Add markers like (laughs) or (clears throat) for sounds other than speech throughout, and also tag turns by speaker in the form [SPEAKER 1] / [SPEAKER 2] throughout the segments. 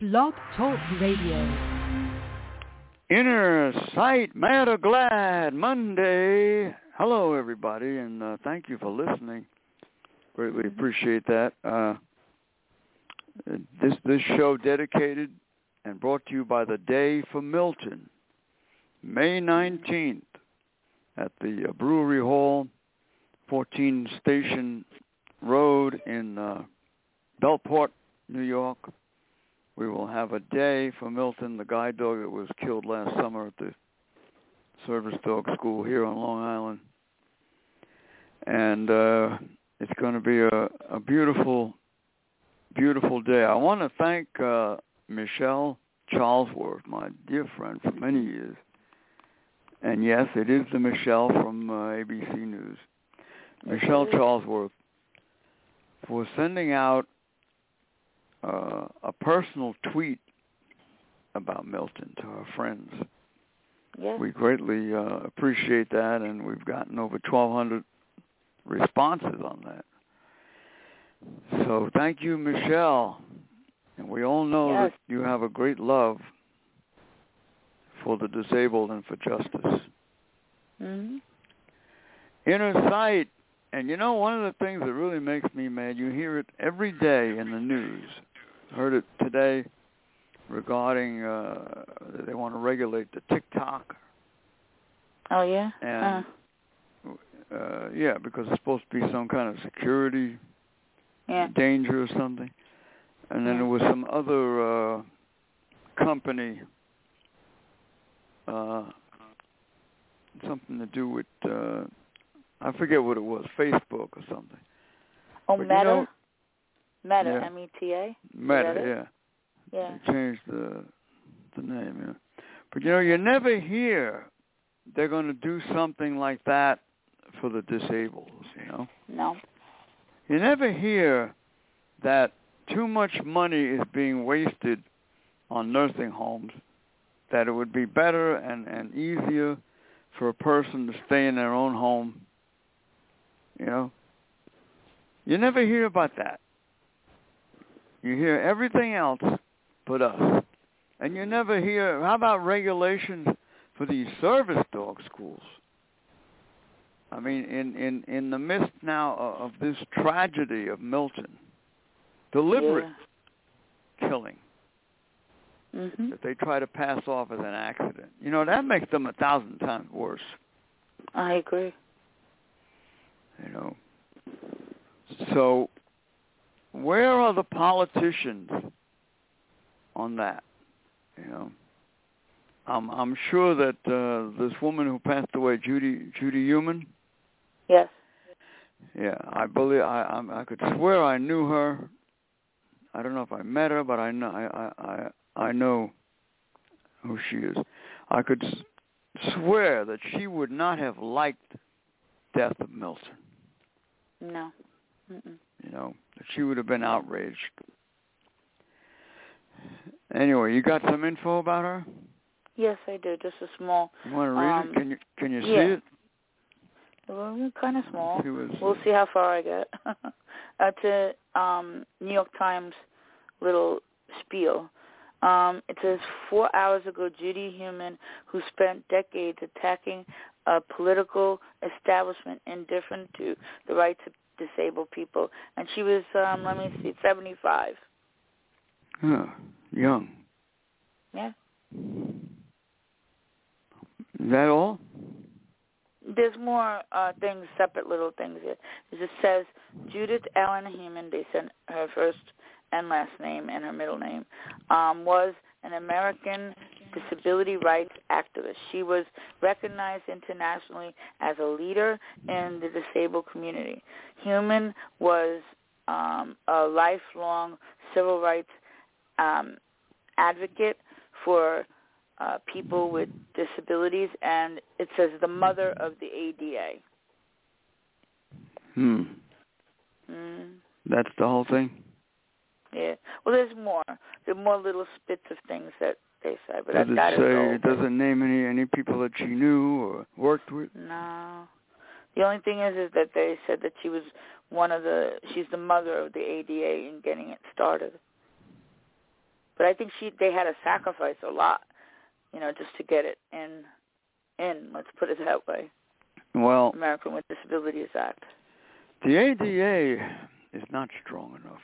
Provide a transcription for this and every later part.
[SPEAKER 1] Blog Talk Radio.
[SPEAKER 2] Inner Sight Matter Glad Monday. Hello, everybody, and uh, thank you for listening. Greatly appreciate that. Uh, this this show dedicated and brought to you by the Day for Milton, May nineteenth, at the uh, Brewery Hall, fourteen Station Road in uh, Belport, New York. We will have a day for Milton, the guide dog that was killed last summer at the service dog school here on Long Island. And uh, it's going to be a, a beautiful, beautiful day. I want to thank uh, Michelle Charlesworth, my dear friend for many years. And yes, it is the Michelle from uh, ABC News. Michelle Charlesworth for sending out uh, a personal tweet about Milton to our friends.
[SPEAKER 3] Yes.
[SPEAKER 2] We greatly uh, appreciate that, and we've gotten over 1,200 responses on that. So thank you, Michelle. And we all know
[SPEAKER 3] Yes.
[SPEAKER 2] that you have a great love for the disabled and for justice.
[SPEAKER 3] hmm
[SPEAKER 2] Inner sight. And you know, one of the things that really makes me mad, you hear it every day in the news. Heard it today regarding uh, they want to regulate the TikTok.
[SPEAKER 3] Oh yeah.
[SPEAKER 2] And,
[SPEAKER 3] uh,
[SPEAKER 2] Uh, yeah, because it's supposed to be some kind of security
[SPEAKER 3] yeah.
[SPEAKER 2] danger or something. And then
[SPEAKER 3] Yeah.
[SPEAKER 2] there was some other uh, company, uh, something to do with, uh, I forget what it was, Facebook or something.
[SPEAKER 3] Oh
[SPEAKER 2] but you
[SPEAKER 3] Meta.
[SPEAKER 2] know-
[SPEAKER 3] Meta.
[SPEAKER 2] Yeah.
[SPEAKER 3] M E T A.
[SPEAKER 2] Meta,
[SPEAKER 3] it?
[SPEAKER 2] yeah.
[SPEAKER 3] Yeah.
[SPEAKER 2] They changed the the name, yeah. But you know, you never hear they're going to do something like that for the disabled. You know,
[SPEAKER 3] No.
[SPEAKER 2] you never hear that too much money is being wasted on nursing homes. That it would be better and and easier for a person to stay in their own home. You know, you never hear about that. You hear everything else but us. And you never hear, how about regulations for these service dog schools? I mean, in, in, in the midst now o- of this tragedy of Milton, deliberate killing
[SPEAKER 3] Yeah. Mhm.
[SPEAKER 2] that they try to pass off as an accident, you know, that makes them a thousand times worse,
[SPEAKER 3] I agree.
[SPEAKER 2] you know. So where are the politicians on that? You know, I'm I'm sure that uh, this woman who passed away, Judy Judy Human,
[SPEAKER 3] Yes.
[SPEAKER 2] yeah, I believe I I'm, I could swear I knew her. I don't know if I met her, but I know I I I, I know who she is. I could s- swear that she would not have liked death of Milton.
[SPEAKER 3] No. Mm-mm.
[SPEAKER 2] you know, that she would have been outraged. Anyway, you got some info about her?
[SPEAKER 3] Yes, I do. Just a small.
[SPEAKER 2] You want to read
[SPEAKER 3] Um,
[SPEAKER 2] it? Can you can you
[SPEAKER 3] yeah.
[SPEAKER 2] see it?
[SPEAKER 3] Well, kind of small.
[SPEAKER 2] She was,
[SPEAKER 3] We'll see how far I get. (laughs) uh, to um, New York Times little spiel. Um, it says four hours ago, Judy Human, who spent decades attacking a political establishment indifferent to the rights of disabled people, and she was, um, let me see, 75.
[SPEAKER 2] huh, young.
[SPEAKER 3] Yeah.
[SPEAKER 2] Is that all?
[SPEAKER 3] There's more uh, things, separate little things here. It just says Judith Ellen Heeman, they sent her first and last name and her middle name, um, was an American disability rights activist. She was recognized internationally as a leader in the disabled community. Human was um, a lifelong civil rights um, advocate for uh, people with disabilities, and it says the mother of the ADA.
[SPEAKER 2] Hmm.
[SPEAKER 3] Mm.
[SPEAKER 2] That's the whole thing.
[SPEAKER 3] Yeah. Well, there's more. There are more little spits of things that they say, but
[SPEAKER 2] Does
[SPEAKER 3] I've got
[SPEAKER 2] it
[SPEAKER 3] it
[SPEAKER 2] say
[SPEAKER 3] all.
[SPEAKER 2] it doesn't name any any people that she knew or worked with?
[SPEAKER 3] No. The only thing is, is that they said that she was one of the. She's the mother of the ADA in getting it started. But I think she they had to sacrifice a lot, you know, just to get it in. In let's put it that way.
[SPEAKER 2] Well,
[SPEAKER 3] American with Disabilities Act.
[SPEAKER 2] the ADA is not strong enough.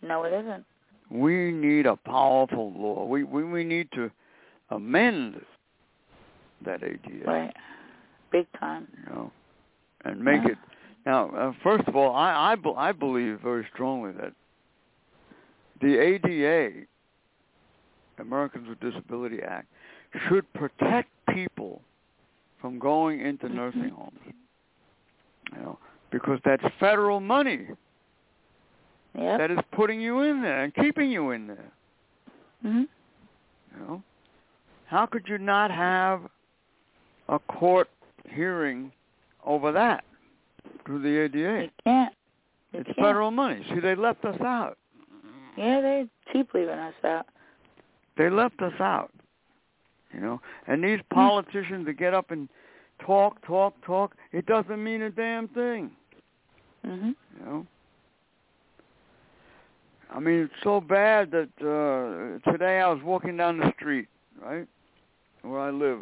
[SPEAKER 3] No, it isn't.
[SPEAKER 2] We need a powerful law. We we, we need to amend that ADA.
[SPEAKER 3] Right. Big time.
[SPEAKER 2] You know, and make
[SPEAKER 3] Yeah.
[SPEAKER 2] it now. Uh, first of all, I I, be- I believe very strongly that the ADA, Americans with Disability Act, should protect people from going into
[SPEAKER 3] Mm-hmm.
[SPEAKER 2] nursing homes. You know, because that's federal money
[SPEAKER 3] Yep.
[SPEAKER 2] that is putting you in there and keeping you in there.
[SPEAKER 3] hmm
[SPEAKER 2] You know, how could you not have a court hearing over that through the ADA?
[SPEAKER 3] You can't. You
[SPEAKER 2] it's
[SPEAKER 3] can't.
[SPEAKER 2] federal money. See, they left us out.
[SPEAKER 3] Yeah, they keep leaving us out.
[SPEAKER 2] They left us out. You know, and these politicians that get up and talk, talk, talk, it doesn't mean a damn thing.
[SPEAKER 3] Mhm.
[SPEAKER 2] You know. I mean, it's so bad that uh today I was walking down the street, right, where I live.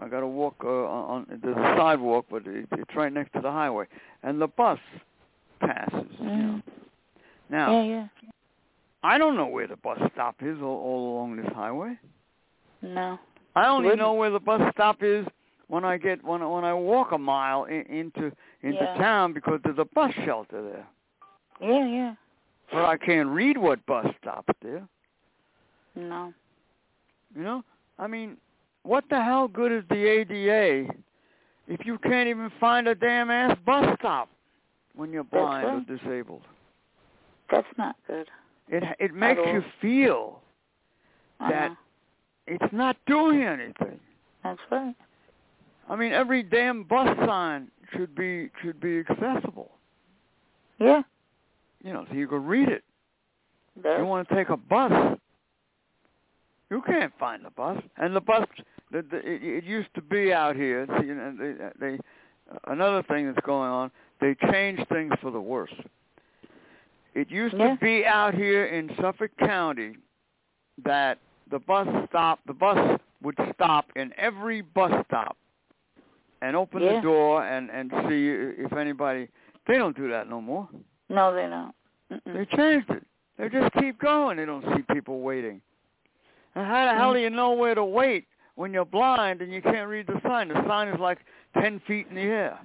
[SPEAKER 2] I got to walk uh, on. on- There's a sidewalk, but it, it's right next to the highway, and the bus passes. You know.
[SPEAKER 3] Mm.
[SPEAKER 2] Now
[SPEAKER 3] Yeah, yeah.
[SPEAKER 2] I don't know where the bus stop is all, all along this highway.
[SPEAKER 3] No.
[SPEAKER 2] I only
[SPEAKER 3] Wouldn't-
[SPEAKER 2] know where the bus stop is when I get when I- when I walk a mile in, into into
[SPEAKER 3] Yeah.
[SPEAKER 2] town because there's a bus shelter there.
[SPEAKER 3] Yeah, yeah.
[SPEAKER 2] But I can't read what bus stop there.
[SPEAKER 3] No.
[SPEAKER 2] You know, I mean, what the hell good is the ADA if you can't even find a damn ass bus stop when you're
[SPEAKER 3] That's
[SPEAKER 2] blind
[SPEAKER 3] right.
[SPEAKER 2] or disabled?
[SPEAKER 3] That's not good.
[SPEAKER 2] It it makes
[SPEAKER 3] all.
[SPEAKER 2] you feel
[SPEAKER 3] I
[SPEAKER 2] That-
[SPEAKER 3] know.
[SPEAKER 2] it's not doing anything.
[SPEAKER 3] That's right.
[SPEAKER 2] I mean, every damn bus sign should be should be accessible.
[SPEAKER 3] Yeah.
[SPEAKER 2] You know, so you can read it.
[SPEAKER 3] That's,
[SPEAKER 2] You want to take a bus? You can't find the bus, and the bus. The, the, it, it used to be out here. See, you know, they, they another thing that's going on. They changed things for the worse. It used
[SPEAKER 3] Yeah.
[SPEAKER 2] to be out here in Suffolk County that the bus stop, the bus would stop in every bus stop and open
[SPEAKER 3] Yeah.
[SPEAKER 2] the door and and see if anybody. They don't do that no more.
[SPEAKER 3] no, they don't. Mm-mm.
[SPEAKER 2] They changed it. They just keep going. They don't see people waiting. And how the hell
[SPEAKER 3] Mm.
[SPEAKER 2] do you know where to wait when you're blind and you can't read the sign? The sign is like ten feet in the air.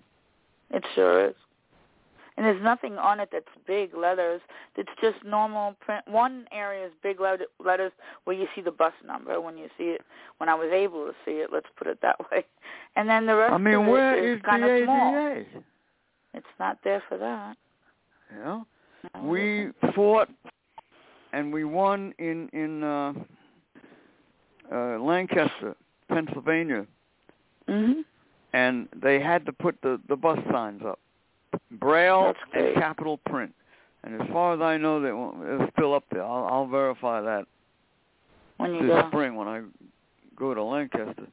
[SPEAKER 3] It sure is. And there's nothing on it that's big letters. It's just normal print. One area is big let- letters where you see the bus number when you see it. When I was able to see it, let's put it that way. And then the rest
[SPEAKER 2] I
[SPEAKER 3] of
[SPEAKER 2] mean,
[SPEAKER 3] it
[SPEAKER 2] where
[SPEAKER 3] is
[SPEAKER 2] is
[SPEAKER 3] kind of
[SPEAKER 2] the
[SPEAKER 3] small.
[SPEAKER 2] ADA?
[SPEAKER 3] It's not there for that.
[SPEAKER 2] You know,
[SPEAKER 3] No, it
[SPEAKER 2] we
[SPEAKER 3] isn't.
[SPEAKER 2] fought and we won in in uh, uh, Lancaster, Pennsylvania,
[SPEAKER 3] Mhm.
[SPEAKER 2] and they had to put the the bus signs up, braille
[SPEAKER 3] That's
[SPEAKER 2] and
[SPEAKER 3] great.
[SPEAKER 2] capital print. And as far as I know, they won't, it's still up there. I'll, I'll verify that.
[SPEAKER 3] When you
[SPEAKER 2] this
[SPEAKER 3] go.
[SPEAKER 2] spring when I go to Lancaster.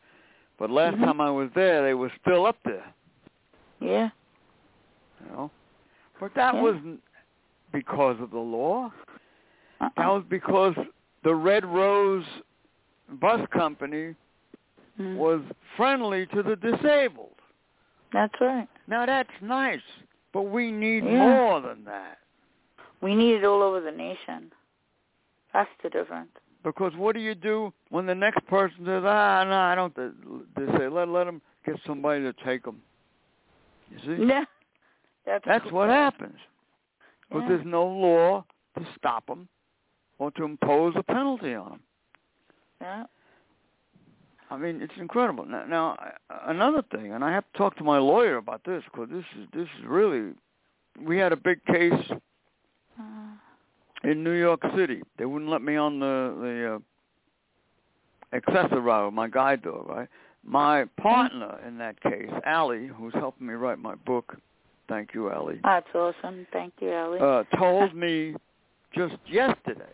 [SPEAKER 2] But last
[SPEAKER 3] Mhm.
[SPEAKER 2] time I was there, they were still up there,
[SPEAKER 3] Yeah.
[SPEAKER 2] you know. But that
[SPEAKER 3] Yeah.
[SPEAKER 2] wasn't because of the law.
[SPEAKER 3] Uh-uh.
[SPEAKER 2] That was because the Red Rose Bus Company
[SPEAKER 3] Mhm.
[SPEAKER 2] was friendly to the disabled.
[SPEAKER 3] That's right.
[SPEAKER 2] Now that's nice, but we need
[SPEAKER 3] Yeah.
[SPEAKER 2] more than that.
[SPEAKER 3] We need it all over the nation. That's the difference.
[SPEAKER 2] Because what do you do when the next person says, "Ah, no, I don't." They say, "Let let them get somebody to take them." You see,
[SPEAKER 3] Yeah. (laughs) That's,
[SPEAKER 2] that's what happens. but
[SPEAKER 3] Yeah.
[SPEAKER 2] there's no law to stop them or to impose a penalty on them.
[SPEAKER 3] Yeah.
[SPEAKER 2] I mean, it's incredible. Now, now uh, another thing, and I have to talk to my lawyer about this because this is this is really. We had a big case
[SPEAKER 3] Uh,
[SPEAKER 2] in New York City. They wouldn't let me on the the uh, accessor route, my guide dog, right? My partner in that case, Allie, who's helping me write my book, thank you, Allie,
[SPEAKER 3] that's awesome. Thank you, Ellie.
[SPEAKER 2] uh, told me just yesterday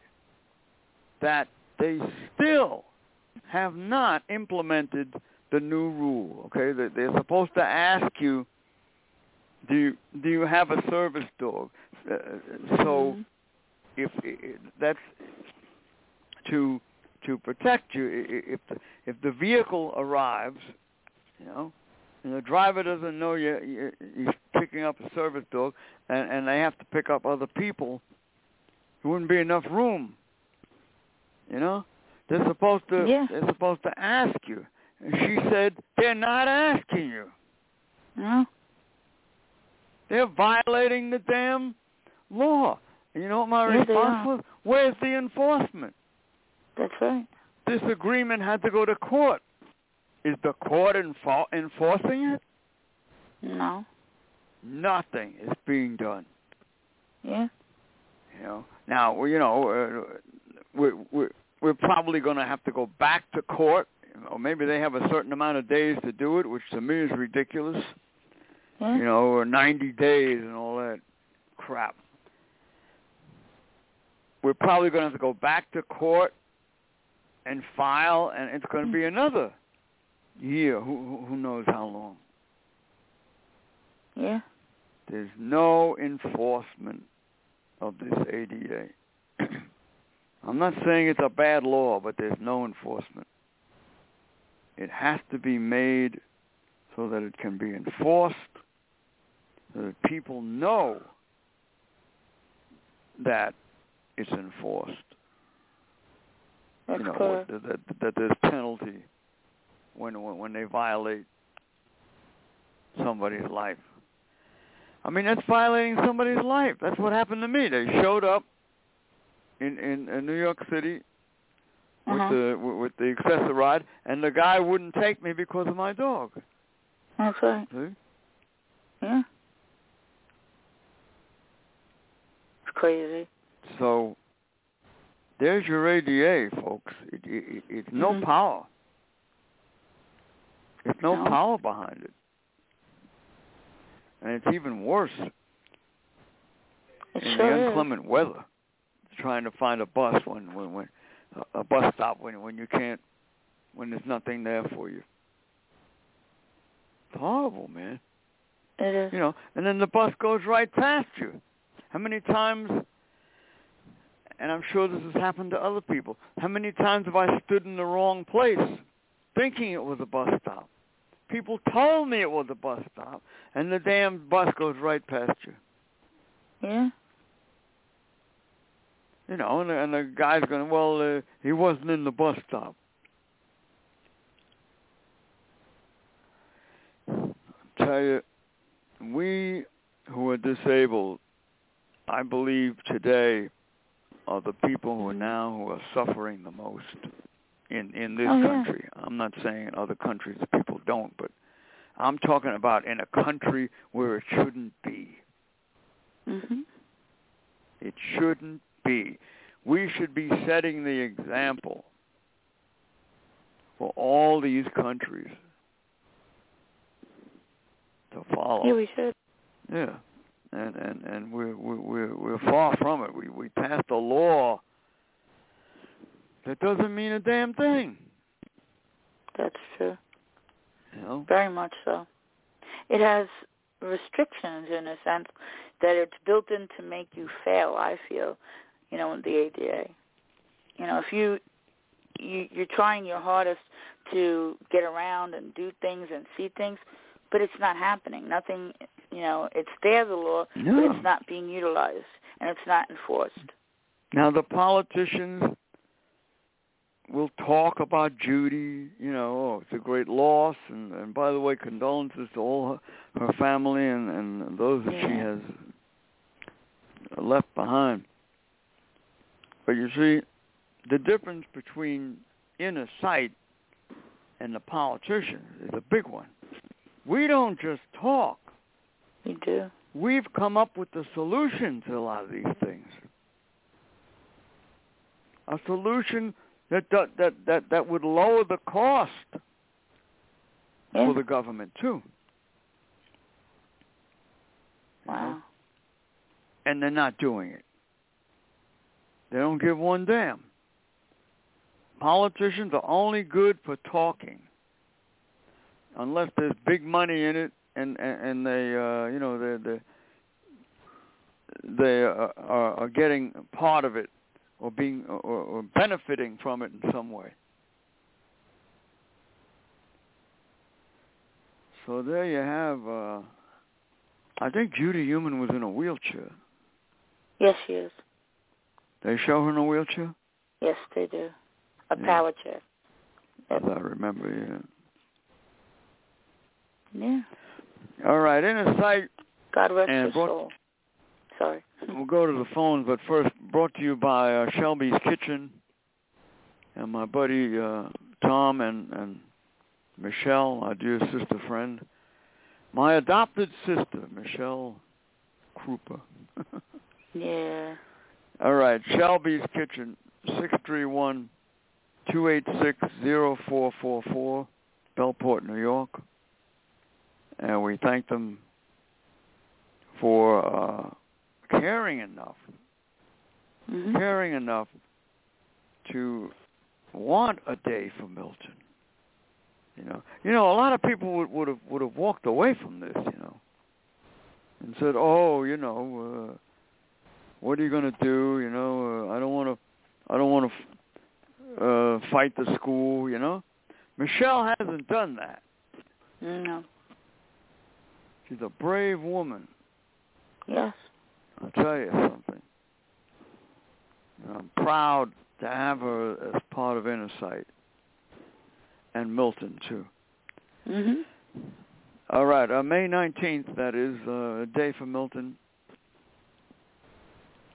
[SPEAKER 2] that they still have not implemented the new rule. Okay, They- they're supposed to ask you, do you, do you have a
[SPEAKER 3] Mm-hmm.
[SPEAKER 2] service dog? Uh, so
[SPEAKER 3] Mhm.
[SPEAKER 2] if that's to to protect you I- i- if the, if the vehicle arrives, you know, and the driver doesn't know you you- he's picking up a service dog, and and they have to pick up other people, there wouldn't be enough room. You know, they're supposed to
[SPEAKER 3] Yeah.
[SPEAKER 2] they're supposed to ask you, and she said they're not asking you.
[SPEAKER 3] Mm-hmm. No.
[SPEAKER 2] They're violating the damn law. And you know what my
[SPEAKER 3] Yeah, they
[SPEAKER 2] response
[SPEAKER 3] are.
[SPEAKER 2] was? Where's the enforcement?
[SPEAKER 3] That's right.
[SPEAKER 2] This agreement had to go to court. Is the court enfor- enforcing it?
[SPEAKER 3] No.
[SPEAKER 2] Nothing is being done.
[SPEAKER 3] Yeah.
[SPEAKER 2] You know. Now, well, you know, uh, we're, we're we're probably going to have to go back to court, or maybe they have a certain amount of days to do it, which to me is ridiculous.
[SPEAKER 3] Yeah.
[SPEAKER 2] You know, or 90 days and all that crap. We're probably going to have to go back to court and file, and it's going to be another year. Who who- who knows how long?
[SPEAKER 3] Yeah.
[SPEAKER 2] There's no enforcement of this ADA. (clears throat) I'm not saying it's a bad law, but there's no enforcement. It has to be made so that it can be enforced, so that people know that it's enforced.
[SPEAKER 3] That's
[SPEAKER 2] you know
[SPEAKER 3] correct.
[SPEAKER 2] that, that that there's penalty when when when they violate somebody's life. I mean that's violating somebody's life. That's what happened to me. They showed up in in, in New York City with
[SPEAKER 3] Uh-huh.
[SPEAKER 2] the with- with the accessoride, and the guy wouldn't take me because of my dog.
[SPEAKER 3] That's right.
[SPEAKER 2] See?
[SPEAKER 3] Yeah. It's crazy.
[SPEAKER 2] So there's your ADA, folks. It, it, it, it's no
[SPEAKER 3] Mhm.
[SPEAKER 2] power. There's no,
[SPEAKER 3] No.
[SPEAKER 2] power behind it. And it's even worse
[SPEAKER 3] It
[SPEAKER 2] in
[SPEAKER 3] sure
[SPEAKER 2] the
[SPEAKER 3] is.
[SPEAKER 2] inclement weather, trying to find a bus when when when a- a bus stop when when you can't when there's nothing there for you. It's horrible, man.
[SPEAKER 3] It is.
[SPEAKER 2] you know, and then the bus goes right past you. How many times, and I'm sure this has happened to other people, how many times have I stood in the wrong place thinking it was a bus stop? People told me it was a bus stop, and the damn bus goes right past you.
[SPEAKER 3] Yeah.
[SPEAKER 2] You know, and the, and the guy's going, well, uh, he wasn't in the bus stop. I tell you, we who are disabled, I believe today are the people who are now who are suffering the most in in this
[SPEAKER 3] Oh, yeah.
[SPEAKER 2] country. I'm not saying in other countries people don't, but I'm talking about in a country where it shouldn't be.
[SPEAKER 3] Mhm.
[SPEAKER 2] It shouldn't be. We should be setting the example for all these countries to follow.
[SPEAKER 3] Yeah, we should.
[SPEAKER 2] Yeah, and and and we're we're we're, we're far from it. We we passed a law that doesn't mean a damn thing.
[SPEAKER 3] That's true.
[SPEAKER 2] You know?
[SPEAKER 3] Very much so. It has restrictions in a sense that it's built in to make you fail. I feel, you know, with the ADA. You know, if you you you're trying your hardest to get around and do things and see things, but it's not happening. Nothing. You know, it's there the law, but
[SPEAKER 2] No.
[SPEAKER 3] it's not being utilized and it's not enforced.
[SPEAKER 2] Now the politicians will talk about Judy. You know, oh, it's a great loss, and and by the way, condolences to all her, her family and and those that she
[SPEAKER 3] Yeah.
[SPEAKER 2] has left behind. But you see, the difference between inner sight and the politician is a big one. We don't just talk.
[SPEAKER 3] You do.
[SPEAKER 2] We've come up with the solution to a lot of these things. A solution that that that that, that would lower the cost
[SPEAKER 3] Yeah.
[SPEAKER 2] for the government too. You know?
[SPEAKER 3] wow.
[SPEAKER 2] And they're not doing it. They don't give one damn. Politicians are only good for talking, unless there's big money in it, and and, and they uh, you know they they they are, are getting part of it or being or, or benefiting from it in some way. So there you have. Uh, I think Judy Human was in a wheelchair.
[SPEAKER 3] Yes, she is.
[SPEAKER 2] They show her in a wheelchair,
[SPEAKER 3] Yes, they do. A
[SPEAKER 2] Yeah.
[SPEAKER 3] power chair.
[SPEAKER 2] as I remember.
[SPEAKER 3] Yeah.
[SPEAKER 2] Yeah. All right, Inner Sight.
[SPEAKER 3] God rest
[SPEAKER 2] And
[SPEAKER 3] her
[SPEAKER 2] brought-
[SPEAKER 3] soul. Sorry.
[SPEAKER 2] We'll go to the phones, but first, brought to you by uh, Shelby's Kitchen and my buddy uh, Tom and, and Michelle, our dear sister friend, my adopted sister, Michelle Krupa. (laughs)
[SPEAKER 3] Yeah.
[SPEAKER 2] All right, Shelby's Kitchen, six three one two eight six zero four four four, Belport, New York. And we thank them for uh, caring enough
[SPEAKER 3] hmm
[SPEAKER 2] caring enough to want a day for Milton. You know, you know, a lot of people would would have would have walked away from this, you know, and said, "Oh, you know, uh, what are you going to do? You know, uh, I don't want to, I don't want to f- uh, fight the school." You know, Michelle hasn't done that.
[SPEAKER 3] Mm-hmm. No.
[SPEAKER 2] She's a brave woman.
[SPEAKER 3] Yes.
[SPEAKER 2] I'll tell you something. And I'm proud to have her as part of Inner Sight and Milton too.
[SPEAKER 3] Mhm.
[SPEAKER 2] All right, uh, May 19th, that is uh, a day for Milton,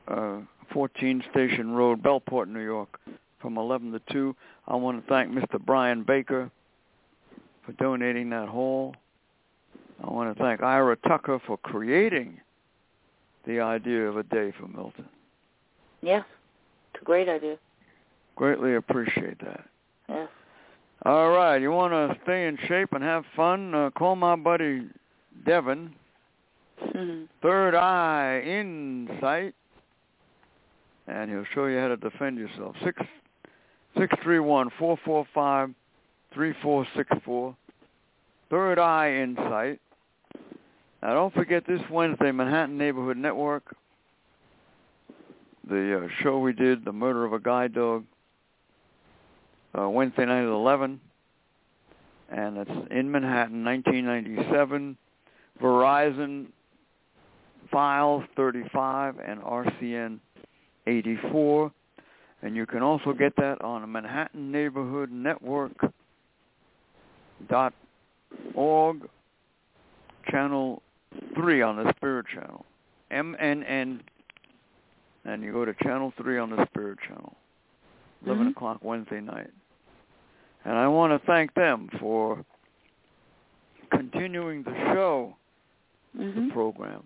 [SPEAKER 2] uh, 14 Station Road, Belport, New York, from 11 to 2. I want to thank Mr. Brian Baker for donating that hall. I want to thank Ira Tucker for creating the idea of a day for Milton.
[SPEAKER 3] Yes. It's a great idea.
[SPEAKER 2] Greatly appreciate that.
[SPEAKER 3] Yes.
[SPEAKER 2] All right, you want to stay in shape and have fun? Uh, call my buddy Devin,
[SPEAKER 3] Mhm.
[SPEAKER 2] Third Eye Insight, and he'll show you how to defend yourself. Six six three one four four five three four six four. Third Eye Insight. Now don't forget this Wednesday, Manhattan Neighborhood Network. The uh, show we did, The Murder of a Guide Dog, uh, Wednesday night at 11. And it's in Manhattan, 1997. Verizon Files 35 and RCN 84. And you can also get that on Manhattan Neighborhood Network dot org channel 3 on the Spirit Channel. MNN. And you go to channel 3 on the Spirit Channel. 11
[SPEAKER 3] Mhm.
[SPEAKER 2] o'clock Wednesday night. And I want to thank them for continuing the show the
[SPEAKER 3] Mhm.
[SPEAKER 2] program.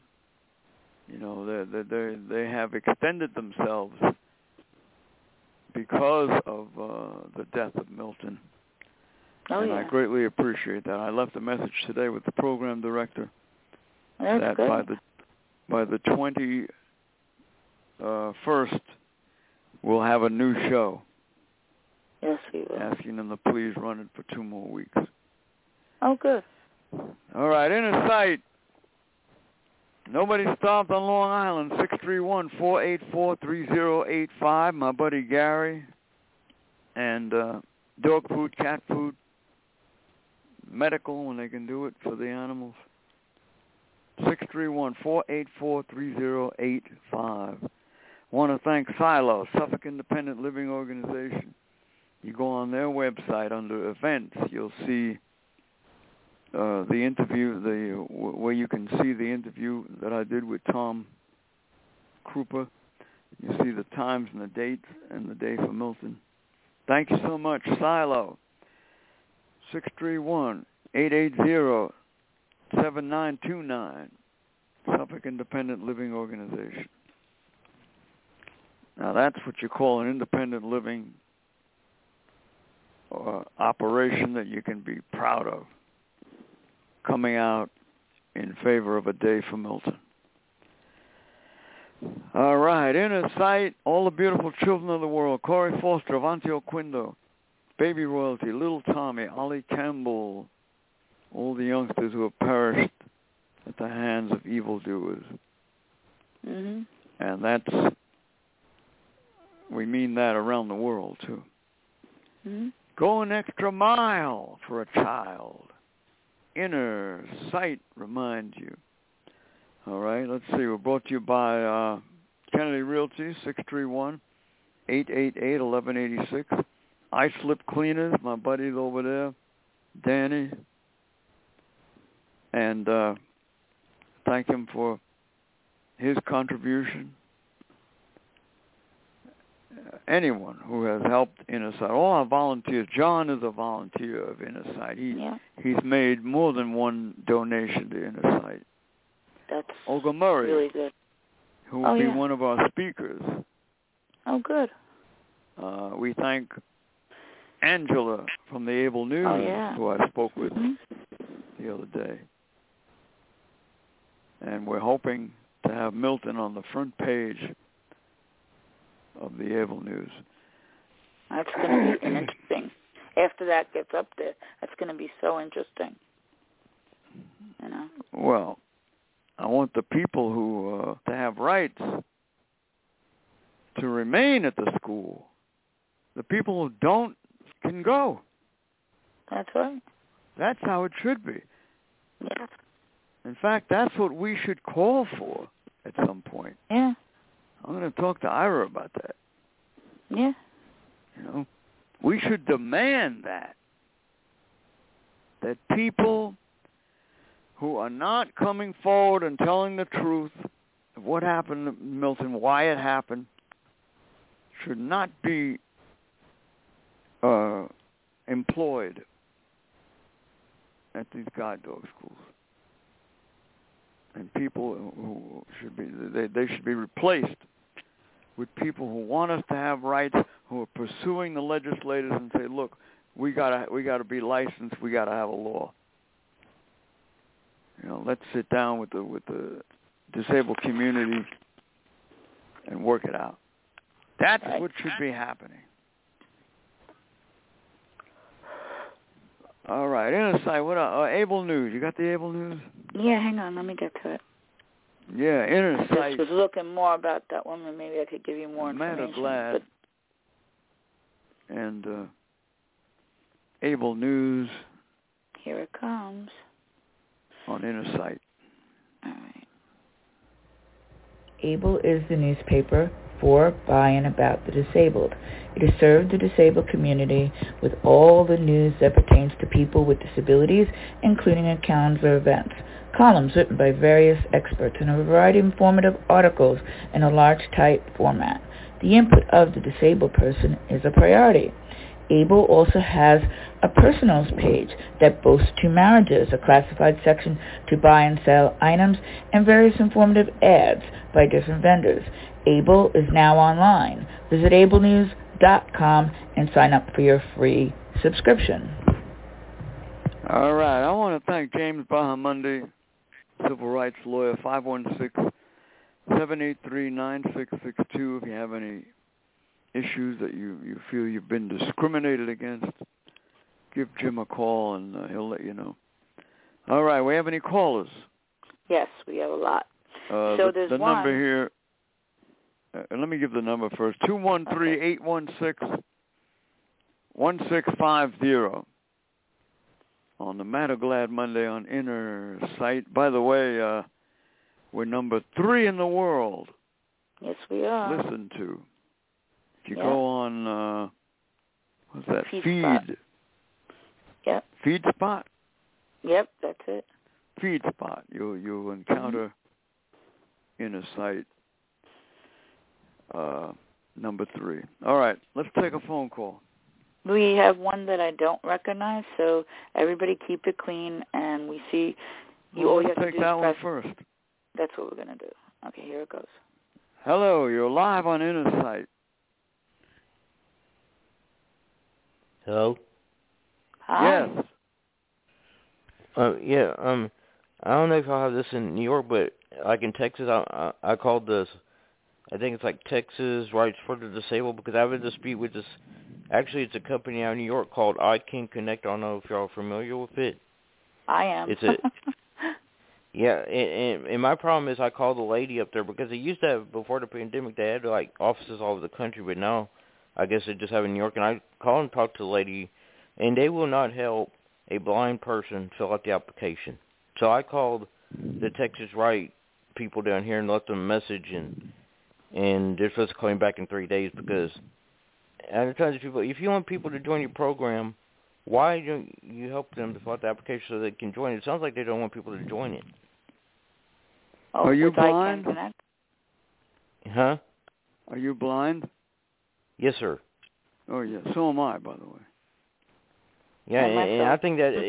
[SPEAKER 2] You know, they they they have extended themselves because of uh, the death of Milton,
[SPEAKER 3] Oh
[SPEAKER 2] and
[SPEAKER 3] yeah.
[SPEAKER 2] I greatly appreciate that. I left a message today with the program director
[SPEAKER 3] That's
[SPEAKER 2] that
[SPEAKER 3] good.
[SPEAKER 2] by the by the twenty uh, first, we'll have a new show,
[SPEAKER 3] yes, we will.
[SPEAKER 2] asking them to please run it for two more weeks.
[SPEAKER 3] Oh, good.
[SPEAKER 2] All right, inner sight. Nobody stopped on Long Island, Six three one four eight four three zero eight five. My buddy Gary and uh, dog food, cat food, medical when they can do it for the animals. Six three one four eight four three zero eight five. Want to thank Silo, Suffolk Independent Living Organization. You go on their website under events, you'll see uh, the interview, the wh- where you can see the interview that I did with Tom Krupa. You see the times and the dates and the day for Milton. Thank you so much, Silo. Six three one eight eight zero seven nine two nine, Suffolk Independent Living Organization. Now that's what you call an independent living uh, operation that you can be proud of coming out in favor of a day for Milton. All right, inner sight, all the beautiful children of the world, Corey Foster, Avanti Quindo, Baby Royalty, Little Tommy, Ollie Campbell, all the youngsters who have perished at the hands of evildoers.
[SPEAKER 3] Mhm.
[SPEAKER 2] And that's we mean that around the world too.
[SPEAKER 3] hmm
[SPEAKER 2] Go an extra mile for a child. Inner sight reminds you. All right, let's see. We're brought to you by uh, Kennedy Realty, 631-888-1186. Ice Slip Cleaners, my buddies over there, Danny. And uh, thank him for his contribution. Uh, Anyone who has helped Inner Sight, all our volunteers. John is a volunteer of Inner Sight. He
[SPEAKER 3] Yeah,
[SPEAKER 2] he's made more than one donation to Inner Sight.
[SPEAKER 3] that's
[SPEAKER 2] Olga Murray,
[SPEAKER 3] really good.
[SPEAKER 2] who will
[SPEAKER 3] Oh,
[SPEAKER 2] be
[SPEAKER 3] yeah.
[SPEAKER 2] one of our speakers.
[SPEAKER 3] Oh, good.
[SPEAKER 2] Uh, we thank Angela from the Able News,
[SPEAKER 3] Oh, yeah.
[SPEAKER 2] who I spoke with
[SPEAKER 3] Mhm.
[SPEAKER 2] the other day. And we're hoping to have Milton on the front page of the Able News.
[SPEAKER 3] That's going to
[SPEAKER 2] (coughs)
[SPEAKER 3] be an interesting. After that gets up there, that's going to be so interesting. You know.
[SPEAKER 2] Well, I want the people who uh, to have rights to remain at the school. The people who don't can go.
[SPEAKER 3] That's right.
[SPEAKER 2] That's how it should be.
[SPEAKER 3] Yeah.
[SPEAKER 2] In fact, that's what we should call for at some point.
[SPEAKER 3] Yeah.
[SPEAKER 2] I'm going to talk to Ira about that.
[SPEAKER 3] Yeah.
[SPEAKER 2] You know, we should demand that that people who are not coming forward and telling the truth of what happened to Milton, why it happened, should not be uh, employed at these guide dog schools. And people who should be they, they should be replaced with people who want us to have rights, who are pursuing the legislators and say, look, we gotta we gotta be licensed, we gotta have a law. You know, let's sit down with the with the disabled community and work it out. That's
[SPEAKER 3] Right.
[SPEAKER 2] what should be happening. All right, Insight. What uh, uh, Able News? You got the Able News?
[SPEAKER 3] Yeah. Hang on. Let me get to it.
[SPEAKER 2] Yeah,
[SPEAKER 3] Just
[SPEAKER 2] Insight.
[SPEAKER 3] was looking more about that woman. Maybe I could give you more
[SPEAKER 2] Matter
[SPEAKER 3] information.
[SPEAKER 2] Glad and uh, Able News
[SPEAKER 3] But here it comes.
[SPEAKER 2] on Inner Sight.
[SPEAKER 3] All right.
[SPEAKER 4] Able is the newspaper for, by, and about the disabled. It has served the disabled community with all the news that pertains to people with disabilities, including accounts of events, columns written by various experts, and a variety of informative articles in a large type format. The input of the disabled person is a priority. Able also has a personals page that boasts two marriages, a classified section to buy and sell items, and various informative ads by different vendors. Able is now online. Visit ablenews.com and sign up for your free subscription.
[SPEAKER 2] All right. I want to thank James Bahamundi, civil rights lawyer, 516-783-9662. If you have any issues that you, you feel you've been discriminated against, give Jim a call and uh, he'll let you know. All right. We have any callers?
[SPEAKER 3] Yes, we have a lot.
[SPEAKER 2] Uh,
[SPEAKER 3] So
[SPEAKER 2] the,
[SPEAKER 3] there's
[SPEAKER 2] the
[SPEAKER 3] one.
[SPEAKER 2] number here. Uh, let me give the number first. Two one three eight one six one six five zero. On the Matter Glad Monday on Inner Sight. By the way, uh, we're number three in the world.
[SPEAKER 3] Yes, we are.
[SPEAKER 2] Listen to. If you
[SPEAKER 3] Yeah.
[SPEAKER 2] go on, uh, what's that?
[SPEAKER 3] Feed Spot.
[SPEAKER 2] Feed.
[SPEAKER 3] Yep.
[SPEAKER 2] Feed spot.
[SPEAKER 3] Yep, that's it.
[SPEAKER 2] feed spot. You'll you'll encounter
[SPEAKER 4] Mm-hmm.
[SPEAKER 2] inner sight uh, number three. All right, let's take a phone call.
[SPEAKER 3] We have one that I don't recognize, so everybody keep it clean, and we see you. all
[SPEAKER 2] Well,
[SPEAKER 3] you
[SPEAKER 2] let's
[SPEAKER 3] have to
[SPEAKER 2] take
[SPEAKER 3] do
[SPEAKER 2] that
[SPEAKER 3] is
[SPEAKER 2] one
[SPEAKER 3] press-
[SPEAKER 2] first.
[SPEAKER 3] That's what we're gonna do. Okay, here it goes.
[SPEAKER 2] Hello, you're live on Inner Sight.
[SPEAKER 5] Hello.
[SPEAKER 3] Hi.
[SPEAKER 2] Yes.
[SPEAKER 5] Um. Yeah. Um. I don't know if I'll have this in New York, but like in Texas, I I, I called this. I think it's like Texas Rights for the Disabled because I have a dispute with this. Actually, it's a company out of New York called
[SPEAKER 3] (laughs)
[SPEAKER 5] I Can Connect. I don't know if y'all are familiar with it.
[SPEAKER 3] I am.
[SPEAKER 5] It's a-
[SPEAKER 4] Yeah, and, and and my problem is I called the lady up there because they used to have before the pandemic they had like offices all over the country, but now I guess they just have in New York. And I called and talked to the lady, and they will not help a blind person fill out the application. So I called the Texas Right people down here and left them a message, and and they're supposed to call me back in three days because I'm trying to people if you want people to join your program, why don't you help them to fill out the application so they can join it? It sounds like they don't want people to join it.
[SPEAKER 3] Oh,
[SPEAKER 2] Are you
[SPEAKER 3] which I can
[SPEAKER 2] blind?
[SPEAKER 3] connect.
[SPEAKER 4] Huh?
[SPEAKER 2] Are you blind?
[SPEAKER 4] Yes, sir.
[SPEAKER 2] Oh yeah. So am I, by the way.
[SPEAKER 4] Yeah,
[SPEAKER 3] Oh,
[SPEAKER 4] and,
[SPEAKER 3] my
[SPEAKER 4] and I
[SPEAKER 3] God.
[SPEAKER 4] think that, and,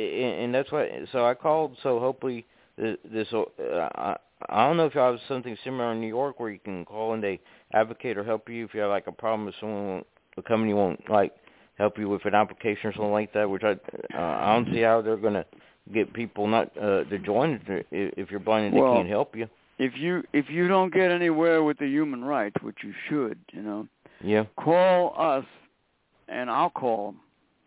[SPEAKER 4] and that's why. So I called. So hopefully, th- this. will- Uh, I, I don't know if y'all have something similar in New York where you can call and they advocate or help you if you have like a problem with someone, won't, the company won't like help you with an application or something like that. Which I, uh, I don't see how they're gonna get people not uh, to join if, they're- if if you're blind and they
[SPEAKER 2] Well,
[SPEAKER 4] can't help you.
[SPEAKER 2] If you if you don't get anywhere with the human rights, which you should, you know,
[SPEAKER 4] Yeah.
[SPEAKER 2] call us, and I'll call 'em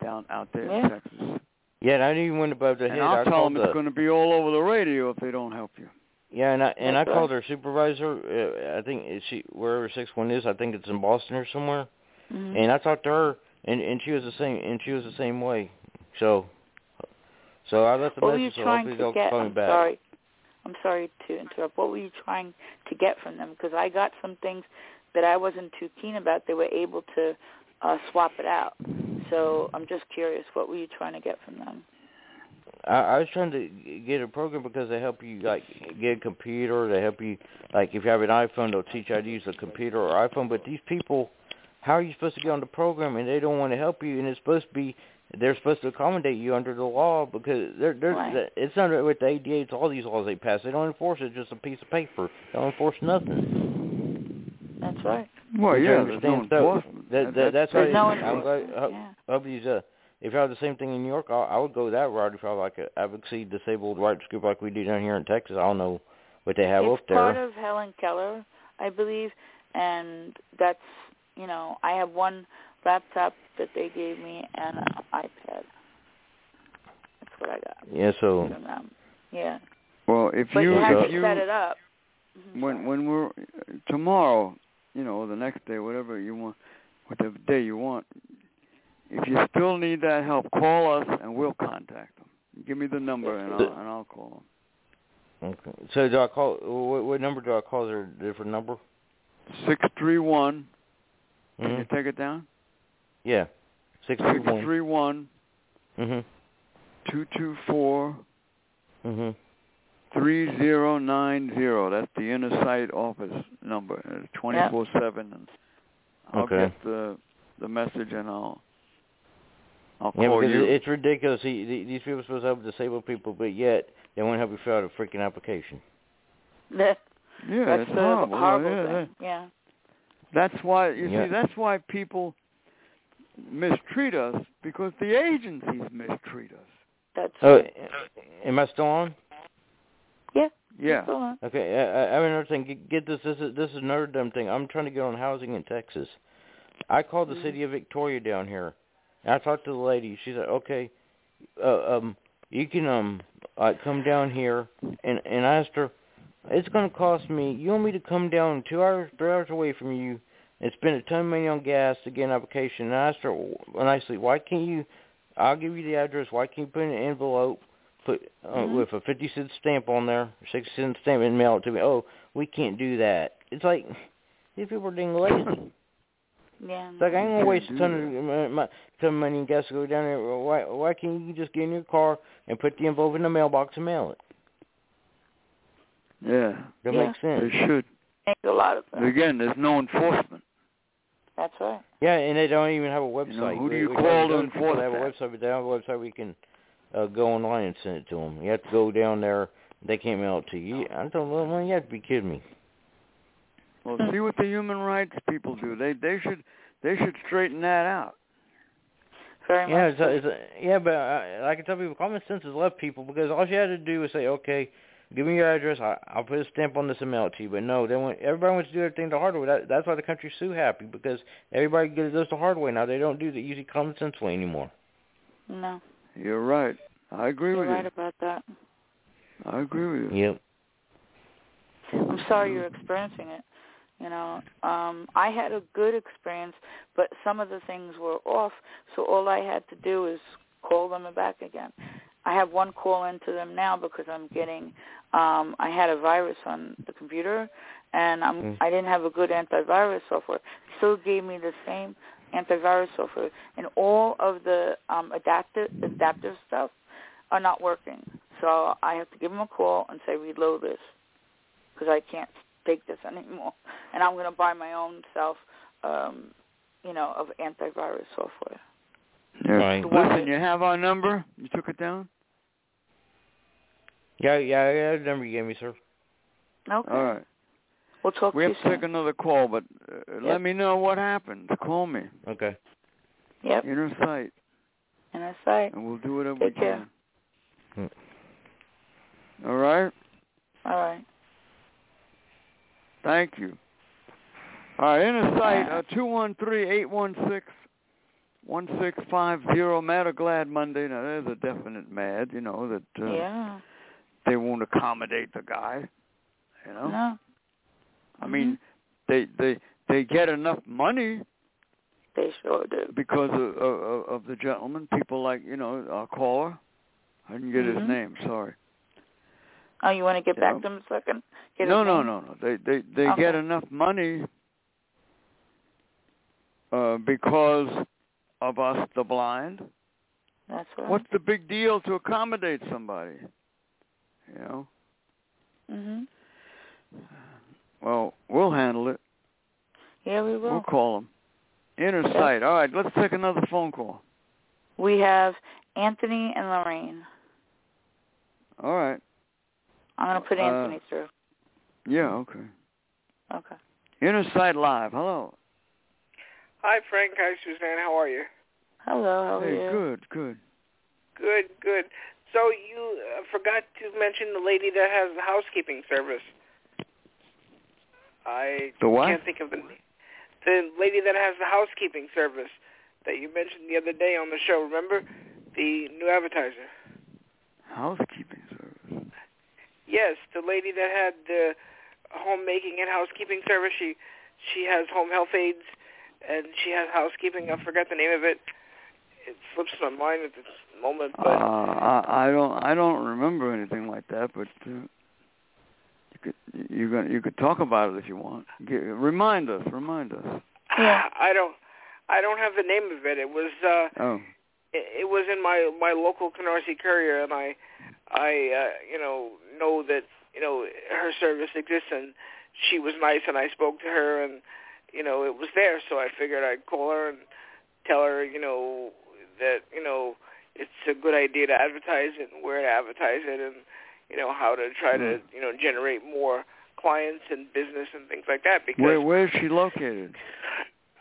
[SPEAKER 2] down out there
[SPEAKER 3] Yeah.
[SPEAKER 2] in Texas,
[SPEAKER 4] Yeah, and I didn't even went above the
[SPEAKER 2] and
[SPEAKER 4] head.
[SPEAKER 2] I'll
[SPEAKER 4] I
[SPEAKER 2] tell
[SPEAKER 4] called
[SPEAKER 2] them it's
[SPEAKER 4] the-
[SPEAKER 2] going to be all over the radio if they don't help you.
[SPEAKER 4] Yeah, and I and I
[SPEAKER 3] Okay.
[SPEAKER 4] called her supervisor. Uh, I think it- she wherever six one is. I think it's in Boston or somewhere.
[SPEAKER 3] Mhm.
[SPEAKER 4] And I talked to her, and and she was the same, and she was the same way. So, so I left a
[SPEAKER 3] what were you
[SPEAKER 4] message. so
[SPEAKER 3] trying
[SPEAKER 4] hopefully
[SPEAKER 3] to
[SPEAKER 4] they'll
[SPEAKER 3] get?
[SPEAKER 4] call me
[SPEAKER 3] I'm
[SPEAKER 4] back.
[SPEAKER 3] sorry. I'm sorry to interrupt. What were you trying to get from them? Because I got some things that I wasn't too keen about. They were able to uh, swap it out. So I'm just curious. What were you trying to get from them?
[SPEAKER 4] I, I was trying to g- get a program because they help you like get a computer. They help you like if you have an iPhone, they'll teach you how to use a computer or iPhone. But these people, how are you supposed to get on the program and they don't want to help you? And it's supposed to be they're supposed to accommodate you under the law because they're, they're
[SPEAKER 3] Right.
[SPEAKER 4] it's not with the ADA. It's all these laws they pass. They don't enforce it. It's just a piece of paper. They don't enforce nothing.
[SPEAKER 3] That's right.
[SPEAKER 2] Well,
[SPEAKER 4] Don't you
[SPEAKER 2] yeah, there's no
[SPEAKER 4] understand? So,
[SPEAKER 2] enforcement.
[SPEAKER 4] that- that- that's
[SPEAKER 3] There's
[SPEAKER 4] Right.
[SPEAKER 3] no
[SPEAKER 4] I'm glad-
[SPEAKER 3] enforcement.
[SPEAKER 4] uh,
[SPEAKER 3] yeah.
[SPEAKER 4] Hope these uh, if you have the same thing in New York, I, I would go that route. If I like a advocacy disabled rights group like we do down here in Texas, I don't know what they have
[SPEAKER 3] it's
[SPEAKER 4] up there.
[SPEAKER 3] part of Helen Keller, I believe, and that's you know I have one laptop that they gave me and an iPad. That's what I got
[SPEAKER 4] yeah, so
[SPEAKER 3] from them. Yeah,
[SPEAKER 2] Well, if
[SPEAKER 3] but you,
[SPEAKER 2] you
[SPEAKER 3] have
[SPEAKER 2] if
[SPEAKER 3] to set
[SPEAKER 2] you
[SPEAKER 3] it up. Mhm,
[SPEAKER 2] when
[SPEAKER 3] sorry.
[SPEAKER 2] when we're tomorrow, you know, or the next day, whatever you want, whatever day you want, if you still need that help, call us and we'll contact them. Give me the number and I'll and I'll call them.
[SPEAKER 4] okay. so do I call? What, what number do I call? Is there a different number?
[SPEAKER 2] Six three one. Can you
[SPEAKER 4] Mhm.
[SPEAKER 2] take it down?
[SPEAKER 4] Yeah,
[SPEAKER 2] Six
[SPEAKER 4] six two one.
[SPEAKER 2] three one
[SPEAKER 4] Mhm.
[SPEAKER 2] two two four
[SPEAKER 4] Mhm.
[SPEAKER 2] three zero nine zero. That's the inner site office number, twenty four seven. And I'll
[SPEAKER 4] Okay.
[SPEAKER 2] get the the message and I'll I'll
[SPEAKER 4] Yeah,
[SPEAKER 2] call
[SPEAKER 4] because
[SPEAKER 2] you.
[SPEAKER 4] it- it's ridiculous. He, the- these people are supposed to help disabled people, but yet they won't help you fill out a freaking application.
[SPEAKER 3] That- (laughs)
[SPEAKER 2] yeah,
[SPEAKER 3] that's
[SPEAKER 2] it's
[SPEAKER 3] the
[SPEAKER 2] horrible.
[SPEAKER 3] horrible
[SPEAKER 2] yeah, that-
[SPEAKER 3] thing. Yeah.
[SPEAKER 2] That's why you
[SPEAKER 4] Yeah.
[SPEAKER 2] see. That's why people mistreat us because the agencies mistreat us.
[SPEAKER 3] That's
[SPEAKER 4] Oh,
[SPEAKER 3] right.
[SPEAKER 4] am I still on?
[SPEAKER 3] yeah.
[SPEAKER 2] Yeah. (laughs)
[SPEAKER 3] Go on.
[SPEAKER 4] Okay, I, I I have another thing. Get, get this. This is this is another dumb thing. I'm trying to get on housing in Texas. I called
[SPEAKER 2] Mm-hmm.
[SPEAKER 4] the
[SPEAKER 3] Mhm.
[SPEAKER 4] city of Victoria down here, and I talked to the lady. She said, "Okay, uh, um, you can um, uh, come down here." And and I asked her, "It's going to cost me. You want me to come down two hours, three hours away from you, and spend a ton of money on gas to get an application?" And I asked her wh- nicely, "Why can't you? I'll give you the address. Why can't you put it in an envelope?" Put uh,
[SPEAKER 2] Mm-hmm.
[SPEAKER 3] Mhm.
[SPEAKER 4] with a fifty cent stamp on there, sixty cent stamp, and mail it to me. Oh, we can't do that. It's like these people are being lazy.
[SPEAKER 3] Yeah.
[SPEAKER 4] It's like I ain't gonna
[SPEAKER 2] You
[SPEAKER 4] waste a
[SPEAKER 2] can't
[SPEAKER 4] ton
[SPEAKER 2] do
[SPEAKER 4] of my, my ton of money and gas to go down there. Well, Why why can't you just get in your car and put the envelope in the mailbox and mail it?
[SPEAKER 2] Yeah.
[SPEAKER 4] That
[SPEAKER 3] Yeah.
[SPEAKER 4] makes sense.
[SPEAKER 2] They should.
[SPEAKER 3] Makes a lot of sense.
[SPEAKER 2] Again, there's no enforcement.
[SPEAKER 3] That's right.
[SPEAKER 4] Yeah, and they don't even have a website.
[SPEAKER 2] who do
[SPEAKER 4] We-
[SPEAKER 2] you
[SPEAKER 4] we
[SPEAKER 2] call to
[SPEAKER 4] go people
[SPEAKER 2] enforce
[SPEAKER 4] that have a
[SPEAKER 2] that?
[SPEAKER 4] website, but they don't have a website we can uh, go online and send it to them. You have to go down there. They can't mail it to you. I don't know. Man, you have to be kidding me.
[SPEAKER 2] Well,
[SPEAKER 3] Hmm.
[SPEAKER 2] see what the human rights people do. They they should they should straighten that out.
[SPEAKER 3] Very
[SPEAKER 4] Yeah,
[SPEAKER 3] much.
[SPEAKER 4] it's, it's, yeah, but I, I can tell people common sense has left people because all she had to do was say, okay, give me your address, I, I'll put a stamp on this and mail it to you. But no, they want everybody wants to do everything the hard way. That, that's why the country's so happy because everybody gets does the hard way now. They don't do the easy common sense way anymore.
[SPEAKER 3] no.
[SPEAKER 2] You're right. I agree
[SPEAKER 3] You're
[SPEAKER 2] with
[SPEAKER 3] right
[SPEAKER 2] you.
[SPEAKER 3] about that.
[SPEAKER 2] I agree with you.
[SPEAKER 4] Yep.
[SPEAKER 3] I'm sorry you're experiencing it. You know, um, I had a good experience, but some of the things were off. So all I had to do is call them back again. I have one call into them now because I'm getting. Um, I had a virus on the computer, and I'm,
[SPEAKER 6] Mm.
[SPEAKER 3] I didn't have a good antivirus software. Still gave me the same antivirus software, and all of the um, adaptive adaptive stuff are not working. So I have to give them a call and say reload this because I can't take this anymore. And I'm going to buy my own self, um, you know, of antivirus software.
[SPEAKER 2] Yeah.
[SPEAKER 6] Right.
[SPEAKER 2] Listen, you have our number. You took it down.
[SPEAKER 6] Yeah, yeah, yeah. The number you gave me, sir.
[SPEAKER 3] Okay.
[SPEAKER 2] All right.
[SPEAKER 3] We'll talk
[SPEAKER 2] We
[SPEAKER 3] to
[SPEAKER 2] have
[SPEAKER 3] you
[SPEAKER 2] to
[SPEAKER 3] soon.
[SPEAKER 2] take another call, but uh, let me know what happens. Call me.
[SPEAKER 6] Okay.
[SPEAKER 3] Yep.
[SPEAKER 2] Inner sight,
[SPEAKER 3] And that's right.
[SPEAKER 2] and we'll do whatever
[SPEAKER 3] Take
[SPEAKER 2] we
[SPEAKER 3] care.
[SPEAKER 2] can.
[SPEAKER 6] Mm.
[SPEAKER 2] All right.
[SPEAKER 3] All right.
[SPEAKER 2] Thank you. All right, inner sight,
[SPEAKER 3] Uh,
[SPEAKER 2] uh, 213-816-1650, mad or glad Monday. Now, there's a definite mad, you know, that uh,
[SPEAKER 3] yeah.
[SPEAKER 2] they won't accommodate the guy, you know.
[SPEAKER 3] No.
[SPEAKER 2] I mean, they
[SPEAKER 3] Mm-hmm.
[SPEAKER 2] they they get enough money
[SPEAKER 3] They sure do.
[SPEAKER 2] because of, of, of the gentleman. People like, you know, our caller. I didn't get
[SPEAKER 3] Mhm.
[SPEAKER 2] his name, sorry.
[SPEAKER 3] Oh, you want to get
[SPEAKER 2] Yeah.
[SPEAKER 3] back to him so I can get
[SPEAKER 2] no,
[SPEAKER 3] his
[SPEAKER 2] no,
[SPEAKER 3] name?
[SPEAKER 2] no, no. They they they
[SPEAKER 3] Okay.
[SPEAKER 2] get enough money uh, because of us, the blind.
[SPEAKER 3] That's right.
[SPEAKER 2] What's the big deal to accommodate somebody? You know.
[SPEAKER 3] hmm
[SPEAKER 2] Well, we'll handle it.
[SPEAKER 3] Yeah, we will.
[SPEAKER 2] We'll call them. Inner
[SPEAKER 3] Okay.
[SPEAKER 2] sight. All right, let's take another phone call.
[SPEAKER 3] We have Anthony and Lorraine.
[SPEAKER 2] All right.
[SPEAKER 3] I'm going to put
[SPEAKER 2] Uh,
[SPEAKER 3] Anthony through.
[SPEAKER 2] Yeah. Okay.
[SPEAKER 3] Okay.
[SPEAKER 2] Inner sight live. Hello.
[SPEAKER 4] Hi, Frank. Hi, Suzanne. How are you?
[SPEAKER 3] Hello,
[SPEAKER 4] Oh,
[SPEAKER 3] how are
[SPEAKER 2] hey.
[SPEAKER 3] you?
[SPEAKER 2] Good. Good.
[SPEAKER 4] Good, good. So you uh, forgot to mention the lady that has the housekeeping service. I
[SPEAKER 2] The what?
[SPEAKER 4] can't think of the name. The lady that has the housekeeping service that you mentioned the other day on the show. Remember the new advertiser?
[SPEAKER 2] Housekeeping service.
[SPEAKER 4] Yes, the lady that had the homemaking and housekeeping service. She she has home health aides and she has housekeeping. I forgot the name of it. It slips my mind at this moment,
[SPEAKER 2] uh,
[SPEAKER 4] but
[SPEAKER 2] I, I don't. I don't remember anything like that. But uh, you could. You gonna. You could talk about it if you want. Get, remind us. Remind us.
[SPEAKER 3] Yeah.
[SPEAKER 4] (sighs) I don't I don't have the name of it. It was uh
[SPEAKER 2] Oh.
[SPEAKER 4] it, it was in my my local Canarsie Courier and I I uh, you know know that you know her service exists and she was nice and I spoke to her and you know it was there so I figured I'd call her and tell her you know that you know it's a good idea to advertise it and where to advertise it and you know how to try to
[SPEAKER 2] Hmm.
[SPEAKER 4] you know generate more clients and business and things like that because
[SPEAKER 2] Where Where is she located?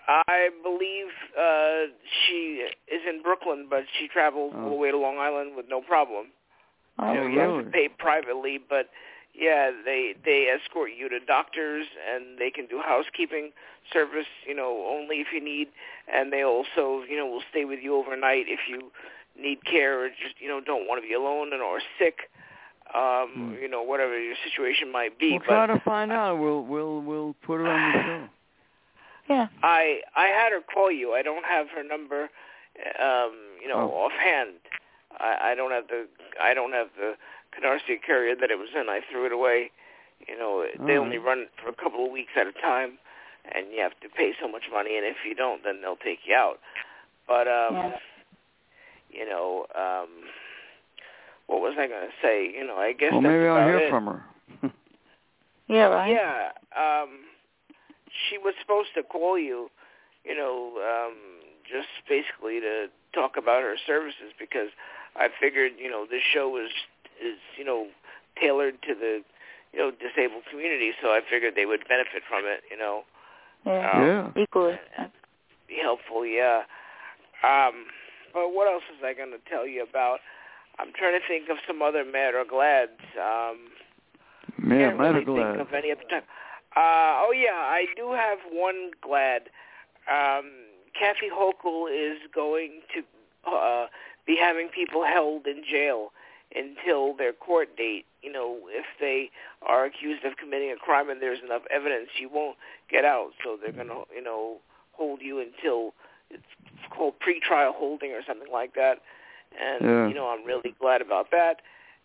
[SPEAKER 4] I believe uh she is in Brooklyn, but she travels all the
[SPEAKER 2] Oh.
[SPEAKER 4] way to Long Island with no problem.
[SPEAKER 3] Oh,
[SPEAKER 4] you know, you have
[SPEAKER 2] really?
[SPEAKER 4] to pay privately, but yeah, they they escort you to doctors, and they can do housekeeping service. You know, only if you need, and they also you know will stay with you overnight if you need care or just you know don't want to be alone and or sick. Um,
[SPEAKER 2] Hmm.
[SPEAKER 4] you know, whatever your situation might be.
[SPEAKER 2] We'll
[SPEAKER 4] but
[SPEAKER 2] try to find out. We'll We'll We'll put her
[SPEAKER 4] (sighs)
[SPEAKER 2] on the show.
[SPEAKER 3] yeah.
[SPEAKER 4] I I had her call you. I don't have her number, um, you know,
[SPEAKER 2] Oh.
[SPEAKER 4] offhand. I, I don't have the I don't have the Canarsie courier that it was in. I threw it away. You know,
[SPEAKER 2] All
[SPEAKER 4] they
[SPEAKER 2] right.
[SPEAKER 4] only run it for a couple of weeks at a time, and you have to pay so much money. And if you don't, then they'll take you out. But um,
[SPEAKER 3] Yeah.
[SPEAKER 4] you know, um, what was I going to say? You know, I guess
[SPEAKER 2] Well,
[SPEAKER 4] that's
[SPEAKER 2] maybe I'll
[SPEAKER 4] about
[SPEAKER 2] hear
[SPEAKER 4] it.
[SPEAKER 2] from her.
[SPEAKER 3] Yeah, right?
[SPEAKER 4] Yeah. Um she was supposed to call you, you know, um just basically to talk about her services because I figured, you know, this show is is, you know, tailored to the, you know, disabled community, so I figured they would benefit from it, you know.
[SPEAKER 3] Yeah.
[SPEAKER 4] Um,
[SPEAKER 2] yeah.
[SPEAKER 3] Equally.
[SPEAKER 4] be helpful, yeah. Um, but what else was I going to tell you about? I'm trying to think of some other mad or glads. Um,
[SPEAKER 2] Yeah,
[SPEAKER 4] can't
[SPEAKER 2] mighty
[SPEAKER 4] really
[SPEAKER 2] glad.
[SPEAKER 4] think of any at the time. Uh, oh yeah, I do have one glad. Um, Kathy Hochul is going to uh, be having people held in jail until their court date. You know, if they are accused of committing a crime and there's enough evidence, you won't get out. So they're going to, you know, hold you until it's called pretrial holding or something like that. And
[SPEAKER 2] Yeah.
[SPEAKER 4] you know, I'm really glad about that.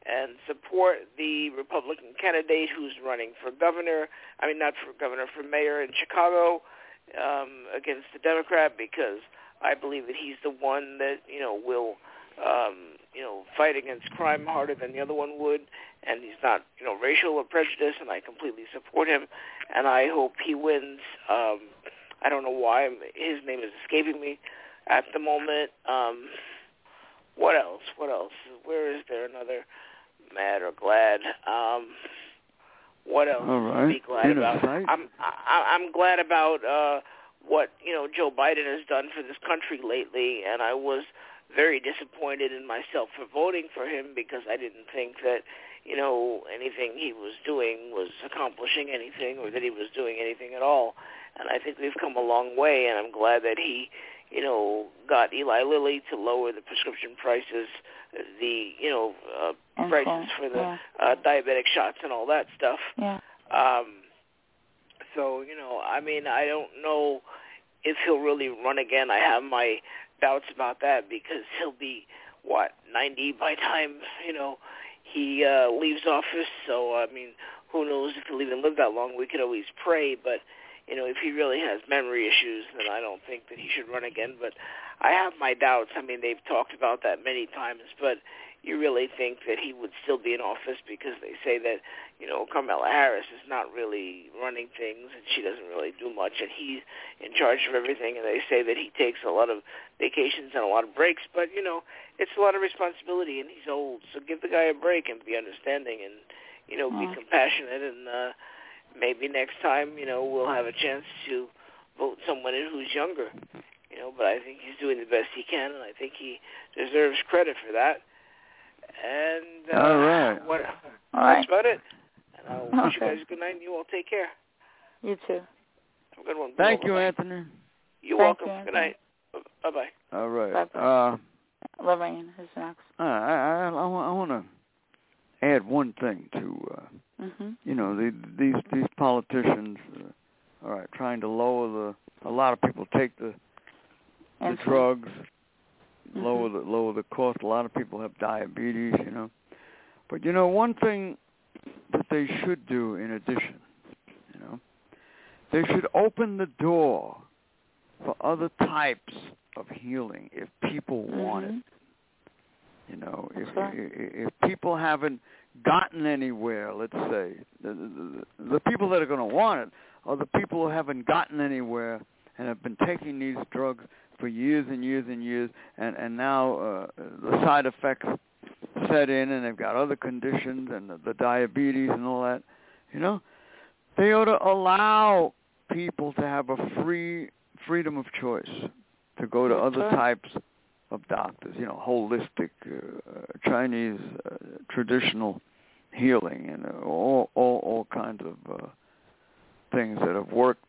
[SPEAKER 4] And support the Republican candidate who's running for governor. I mean, not for governor, for mayor in Chicago um, against the Democrat because I believe that he's the one that you know will um, you know fight against crime harder than the other one would, and he's not you know racial or prejudiced, and I completely support him, and I hope he wins. Um, I don't know why I'm- his name is escaping me at the moment. Um, what else? What else? Where is there another mad or glad? Um, what else?
[SPEAKER 2] All
[SPEAKER 4] to
[SPEAKER 2] right.
[SPEAKER 4] Be glad
[SPEAKER 2] In a
[SPEAKER 4] about.
[SPEAKER 2] sight.
[SPEAKER 4] I'm I, I'm glad about uh, what you know Joe Biden has done for this country lately, and I was very disappointed in myself for voting for him because I didn't think that you know anything he was doing was accomplishing anything or that he was doing anything at all. And I think we've come a long way, and I'm glad that he, you know, got Eli Lilly to lower the prescription prices, the you know uh,
[SPEAKER 3] And
[SPEAKER 4] prices
[SPEAKER 3] so-
[SPEAKER 4] for the
[SPEAKER 3] yeah.
[SPEAKER 4] uh, diabetic shots and all that stuff.
[SPEAKER 3] Yeah.
[SPEAKER 4] Um, so you know, I mean, I don't know if he'll really run again. I have my doubts about that because he'll be what ninety by the time you know he uh, leaves office. So I mean, who knows if he'll even live that long? We could always pray, but you know, if he really has memory issues, then I don't think that he should run again. But I have my doubts. I mean, they've talked about that many times, but you really think that he would still be in office because they say that you know, Carmela Harris is not really running things and she doesn't really do much and he's in charge of everything and they say that he takes a lot of vacations and a lot of breaks, but you know, it's a lot of responsibility and he's old. So give the guy a break and be understanding and you know, be
[SPEAKER 3] Mm.
[SPEAKER 4] compassionate and uh maybe next time, you know, we'll have a chance to vote someone in who's younger. You know, but I think he's doing the best he can and I think he deserves credit for that. And uh,
[SPEAKER 2] All right.
[SPEAKER 4] what
[SPEAKER 3] All right.
[SPEAKER 4] that's about it. And I'll wish
[SPEAKER 3] Okay.
[SPEAKER 4] you guys a good night, and you all take care.
[SPEAKER 3] You too.
[SPEAKER 4] Have a good one.
[SPEAKER 2] Thank you,
[SPEAKER 4] Bye-bye.
[SPEAKER 2] Anthony.
[SPEAKER 4] You're
[SPEAKER 3] Thank
[SPEAKER 4] welcome.
[SPEAKER 3] you,
[SPEAKER 4] good night. Bye bye.
[SPEAKER 2] All right.
[SPEAKER 3] Bye-bye.
[SPEAKER 2] Uh,
[SPEAKER 3] Lorraine is next.
[SPEAKER 2] I I I, I want to add one thing to uh,
[SPEAKER 3] Mhm.
[SPEAKER 2] you know the, these these politicians uh, all right trying to lower the a lot of people take the the
[SPEAKER 3] And
[SPEAKER 2] drugs
[SPEAKER 3] Mhm.
[SPEAKER 2] lower the lower the cost a lot of people have diabetes you know but you know one thing that they should do in addition you know they should open the door for other types of healing if people want it
[SPEAKER 3] Mhm.
[SPEAKER 2] you know, if,
[SPEAKER 3] That's right.
[SPEAKER 2] if if people haven't gotten anywhere, let's say, the, the, the- the people that are going to want it are the people who haven't gotten anywhere and have been taking these drugs for years and years and years, and and now uh, the side effects set in, and they've got other conditions and the, the diabetes and all that. You know, they ought to allow people to have a free freedom of choice to go to
[SPEAKER 3] That's
[SPEAKER 2] other
[SPEAKER 3] right.
[SPEAKER 2] types of doctors, you know, holistic uh, Chinese uh, traditional healing and uh, all, all all kinds of uh, things that have worked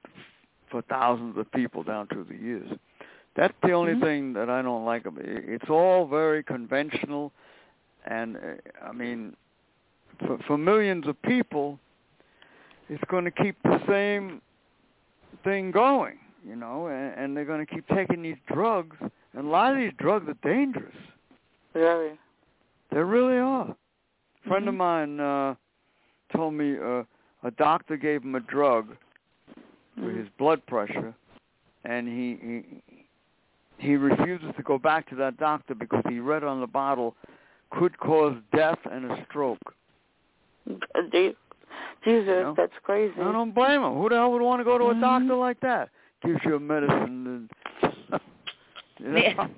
[SPEAKER 2] for thousands of people down through the years. That's the only
[SPEAKER 3] Mhm.
[SPEAKER 2] thing that I don't like about it. It's all very conventional, and uh, I mean, for, for millions of people, it's going to keep the same thing going, you know, and, and they're going to keep taking these drugs. And a lot of these drugs are dangerous.
[SPEAKER 3] Mm-hmm. Very.
[SPEAKER 2] They really are. A friend of
[SPEAKER 3] Mhm.
[SPEAKER 2] mine uh, told me uh, a doctor gave him a drug for
[SPEAKER 3] Mhm.
[SPEAKER 2] his blood pressure, and he, he he refuses to go back to that doctor because he read on the bottle could cause death and a stroke.
[SPEAKER 3] Je- Jesus,
[SPEAKER 2] know?
[SPEAKER 3] that's crazy.
[SPEAKER 2] I don't blame him. Who the hell would want to go to a
[SPEAKER 3] Mhm.
[SPEAKER 2] doctor like that? Gives you a medicine. And, (laughs)
[SPEAKER 3] (laughs)
[SPEAKER 2] you know?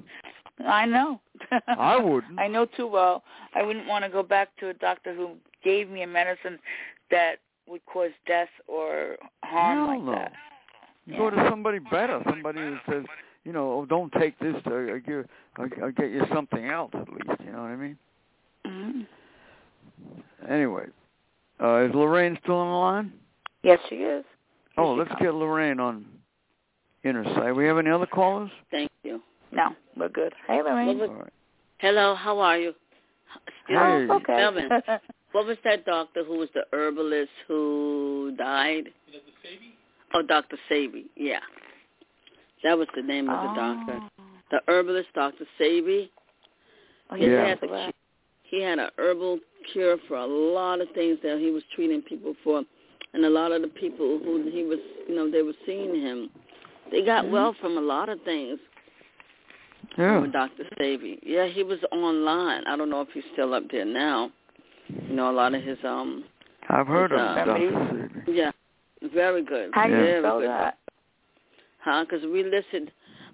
[SPEAKER 3] I know.
[SPEAKER 2] (laughs) I wouldn't.
[SPEAKER 3] I know too well. I wouldn't want to go back to a doctor who gave me a medicine that would cause death or harm
[SPEAKER 2] Hell
[SPEAKER 3] like
[SPEAKER 2] no.
[SPEAKER 3] that.
[SPEAKER 2] You
[SPEAKER 3] Yeah.
[SPEAKER 2] go to somebody better, somebody who says, you know, oh, don't take this. I, I give, I, I'll get you something else at least. You know what I mean?
[SPEAKER 3] Mhm.
[SPEAKER 2] Anyway, uh, is Lorraine still on the line?
[SPEAKER 3] Yes, she is. Here
[SPEAKER 2] Oh,
[SPEAKER 3] she
[SPEAKER 2] let's
[SPEAKER 3] comes.
[SPEAKER 2] get Lorraine on inner sight. We have any other callers?
[SPEAKER 7] Thank you.
[SPEAKER 3] No, we're good. Hey, Lorraine.
[SPEAKER 7] Well,
[SPEAKER 2] All right.
[SPEAKER 7] Hello, how are you?
[SPEAKER 4] Still,
[SPEAKER 2] Hey.
[SPEAKER 3] Oh, okay.
[SPEAKER 4] Melvin. What was that doctor who was the herbalist who died? Was that the Sabi? Oh, Dr. Sabi, yeah. That was the name of the
[SPEAKER 3] Ah.
[SPEAKER 4] doctor. The herbalist, Dr. Sabi.
[SPEAKER 3] Oh,
[SPEAKER 4] He,
[SPEAKER 2] Yeah.
[SPEAKER 4] had a, cu- he had a herbal cure for a lot of things that he was treating people for. And a lot of the people who he was, you know, they were seeing him. They got
[SPEAKER 3] Mm-hmm.
[SPEAKER 4] well from a lot of things
[SPEAKER 3] Oh.
[SPEAKER 2] Yeah.
[SPEAKER 4] with Dr. Savy. Yeah, he was online. I don't know if he's still up there now. You know, a lot of his um
[SPEAKER 2] I've heard of
[SPEAKER 4] Uh,
[SPEAKER 2] Dr. Sebi.
[SPEAKER 4] yeah, very good.
[SPEAKER 3] How do you
[SPEAKER 4] very
[SPEAKER 3] spell
[SPEAKER 4] good.
[SPEAKER 3] that?
[SPEAKER 4] Huh? Because we listened,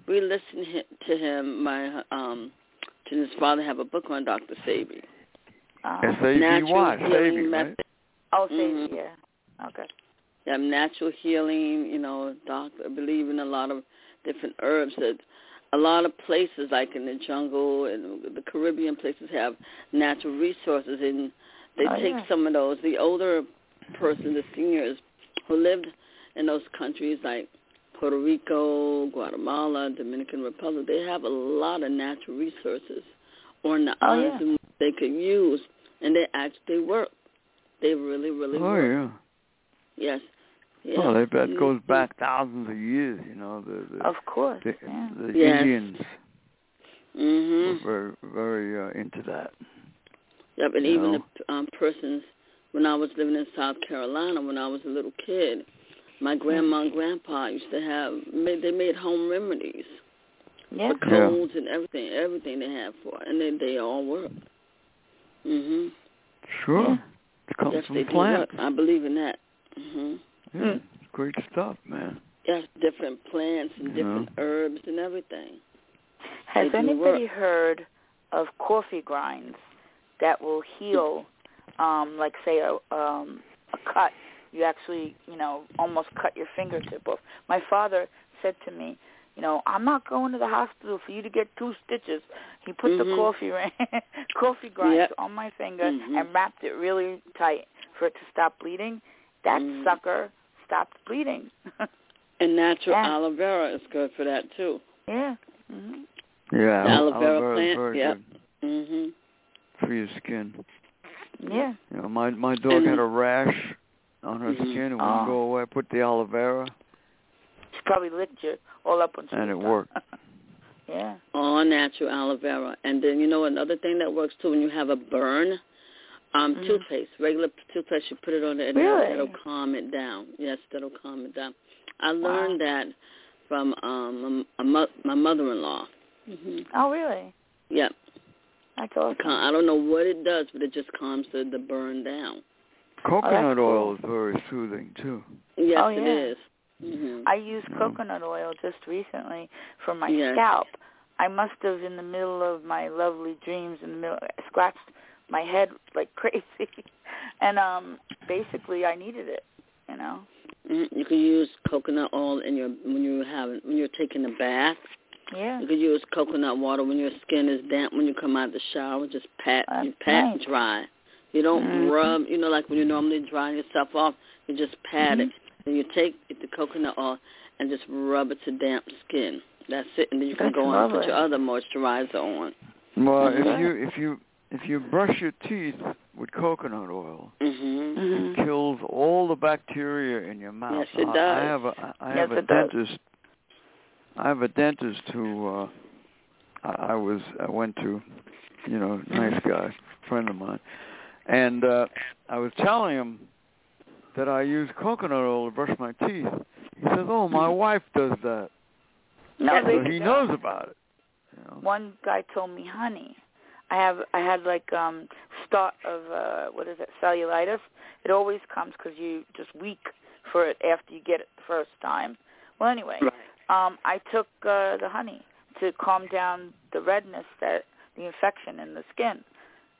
[SPEAKER 4] we listened hi- to him. My um, to his father have a book on Dr. Savy.
[SPEAKER 3] Um,
[SPEAKER 2] S-A-B-Y,
[SPEAKER 4] Natural healing
[SPEAKER 2] Sebi, right?
[SPEAKER 4] method.
[SPEAKER 3] oh, see,
[SPEAKER 2] Mm-hmm.
[SPEAKER 4] Mhm.
[SPEAKER 3] yeah. Okay.
[SPEAKER 4] Yeah, um, natural healing. You know, doctor. I believe in a lot of different herbs that a lot of places, like in the jungle and the Caribbean places, have natural resources, and they
[SPEAKER 3] Oh,
[SPEAKER 4] take
[SPEAKER 3] yeah.
[SPEAKER 4] some of those. The older person, the seniors who lived in those countries like Puerto Rico, Guatemala, Dominican Republic, they have a lot of natural resources on the
[SPEAKER 3] Oh, yeah.
[SPEAKER 4] islands and they could use, and they actually work. They really, really
[SPEAKER 2] Oh,
[SPEAKER 4] work.
[SPEAKER 2] yeah.
[SPEAKER 4] Yes. Yeah.
[SPEAKER 2] Well, Oh, that, that
[SPEAKER 4] Mhm.
[SPEAKER 2] goes back thousands of years, you know. The, the,
[SPEAKER 3] Of course.
[SPEAKER 2] the,
[SPEAKER 3] yeah.
[SPEAKER 2] the
[SPEAKER 4] Yes.
[SPEAKER 2] Indians
[SPEAKER 4] Mhm.
[SPEAKER 2] were very, very uh, into that.
[SPEAKER 4] Yep, and
[SPEAKER 2] You
[SPEAKER 4] even
[SPEAKER 2] know?
[SPEAKER 4] the um, persons when I was living in South Carolina when I was a little kid, my grandma and grandpa used to have made they made home remedies
[SPEAKER 3] Yeah.
[SPEAKER 4] for colds and everything, everything they had for, it, and they they all work. Mhm.
[SPEAKER 2] Sure.
[SPEAKER 3] Yeah.
[SPEAKER 2] It comes
[SPEAKER 4] Yes, they
[SPEAKER 2] from
[SPEAKER 4] do work.
[SPEAKER 2] plants.
[SPEAKER 4] I believe in that. Mhm.
[SPEAKER 2] Yeah. It's Great stuff, man.
[SPEAKER 4] Yes, different plants and different
[SPEAKER 2] Yeah.
[SPEAKER 4] herbs and everything.
[SPEAKER 3] Has
[SPEAKER 4] They do
[SPEAKER 3] anybody heard of coffee grinds that will heal, um, like say a um, a cut? You actually, you know, almost cut your fingertip off. My father said to me, you know, I'm not going to the hospital for you to get two stitches. He put the
[SPEAKER 2] Mm-hmm.
[SPEAKER 4] Mhm.
[SPEAKER 3] coffee ri- (laughs) coffee grinds
[SPEAKER 4] Yep.
[SPEAKER 3] on my finger
[SPEAKER 4] Mhm.
[SPEAKER 3] and wrapped it really tight for it to stop bleeding. That
[SPEAKER 2] Mm-hmm.
[SPEAKER 4] Mhm.
[SPEAKER 3] sucker stopped bleeding. (laughs)
[SPEAKER 4] And natural
[SPEAKER 3] Yeah.
[SPEAKER 4] aloe vera is good for that too.
[SPEAKER 3] yeah. hmm
[SPEAKER 2] Yeah.
[SPEAKER 4] The aloe
[SPEAKER 2] aloe
[SPEAKER 4] vera
[SPEAKER 2] vera is
[SPEAKER 4] plant,
[SPEAKER 2] very
[SPEAKER 4] yeah.
[SPEAKER 2] good
[SPEAKER 4] Mhm.
[SPEAKER 2] for your skin.
[SPEAKER 3] Yeah.
[SPEAKER 2] You know, my my dog had a rash on her
[SPEAKER 4] Mhm.
[SPEAKER 2] skin. It wouldn't
[SPEAKER 3] Ah. Oh,
[SPEAKER 2] go away. I put the aloe vera.
[SPEAKER 3] She probably licked you all up on
[SPEAKER 2] And it worked.
[SPEAKER 3] (laughs) yeah.
[SPEAKER 4] all natural aloe vera. And then you know another thing that works too when you have a burn, um,
[SPEAKER 3] Mhm.
[SPEAKER 4] toothpaste, regular p- toothpaste, you put it on it and
[SPEAKER 3] Really?
[SPEAKER 4] that'll calm it down. Yes, that'll calm it down. I
[SPEAKER 3] Wow.
[SPEAKER 4] learned that from um a, mo- my mother-in-law. Mm-hmm.
[SPEAKER 3] Oh, really?
[SPEAKER 4] Yeah,
[SPEAKER 3] That's
[SPEAKER 4] cal-
[SPEAKER 3] awesome.
[SPEAKER 4] I don't know what it does, but it just calms the, the burn down.
[SPEAKER 2] Coconut
[SPEAKER 3] cool.
[SPEAKER 2] oil is very soothing too.
[SPEAKER 4] Yes,
[SPEAKER 3] Oh, yeah.
[SPEAKER 4] it is. Mhm.
[SPEAKER 3] I used
[SPEAKER 2] Yeah.
[SPEAKER 3] coconut oil just recently for my
[SPEAKER 4] Yes.
[SPEAKER 3] scalp. I must have, in the middle of my lovely dreams, in the middle, scratched my head (laughs) like crazy, and um, basically I needed it. You know.
[SPEAKER 4] Mhm. You can use coconut oil in your when you have when you're taking a bath.
[SPEAKER 3] Yeah.
[SPEAKER 4] You could use coconut water when your skin is damp when you come out of the shower. Just pat, you
[SPEAKER 3] That's
[SPEAKER 4] pat
[SPEAKER 3] nice.
[SPEAKER 4] dry. You don't
[SPEAKER 3] Mhm.
[SPEAKER 4] rub. You know, like when you normally dry yourself off, you just pat it.
[SPEAKER 3] Mm-hmm.
[SPEAKER 4] Then you take the coconut oil and just rub it to damp skin. That's it. And then you can
[SPEAKER 3] That's
[SPEAKER 4] go on and put
[SPEAKER 3] lovely.
[SPEAKER 4] your other moisturizer on.
[SPEAKER 2] Well,
[SPEAKER 4] Mhm.
[SPEAKER 2] if you if you if you brush your teeth with coconut oil,
[SPEAKER 4] Mhm.
[SPEAKER 3] Mm-hmm.
[SPEAKER 2] it kills all the bacteria in your mouth.
[SPEAKER 4] Yes, it
[SPEAKER 2] I, I
[SPEAKER 4] does.
[SPEAKER 2] have a I I
[SPEAKER 3] Yes,
[SPEAKER 2] have a
[SPEAKER 3] it does.
[SPEAKER 2] dentist. I have a dentist who uh, I, I was I went to, you know, nice
[SPEAKER 3] Mm-hmm.
[SPEAKER 2] guy, friend of mine, and uh, I was telling him that I use coconut oil to brush my teeth. He says, "Oh, my wife does that,
[SPEAKER 3] No,
[SPEAKER 4] Yeah,
[SPEAKER 3] Mm-hmm. they
[SPEAKER 2] so he
[SPEAKER 3] don't.
[SPEAKER 2] knows about it." You know?
[SPEAKER 3] one guy told me honey i have i had like um start of uh what is it cellulitis it always comes because you just weak for it after you get it the first time well anyway um i took uh the honey to calm down the redness that the infection in the skin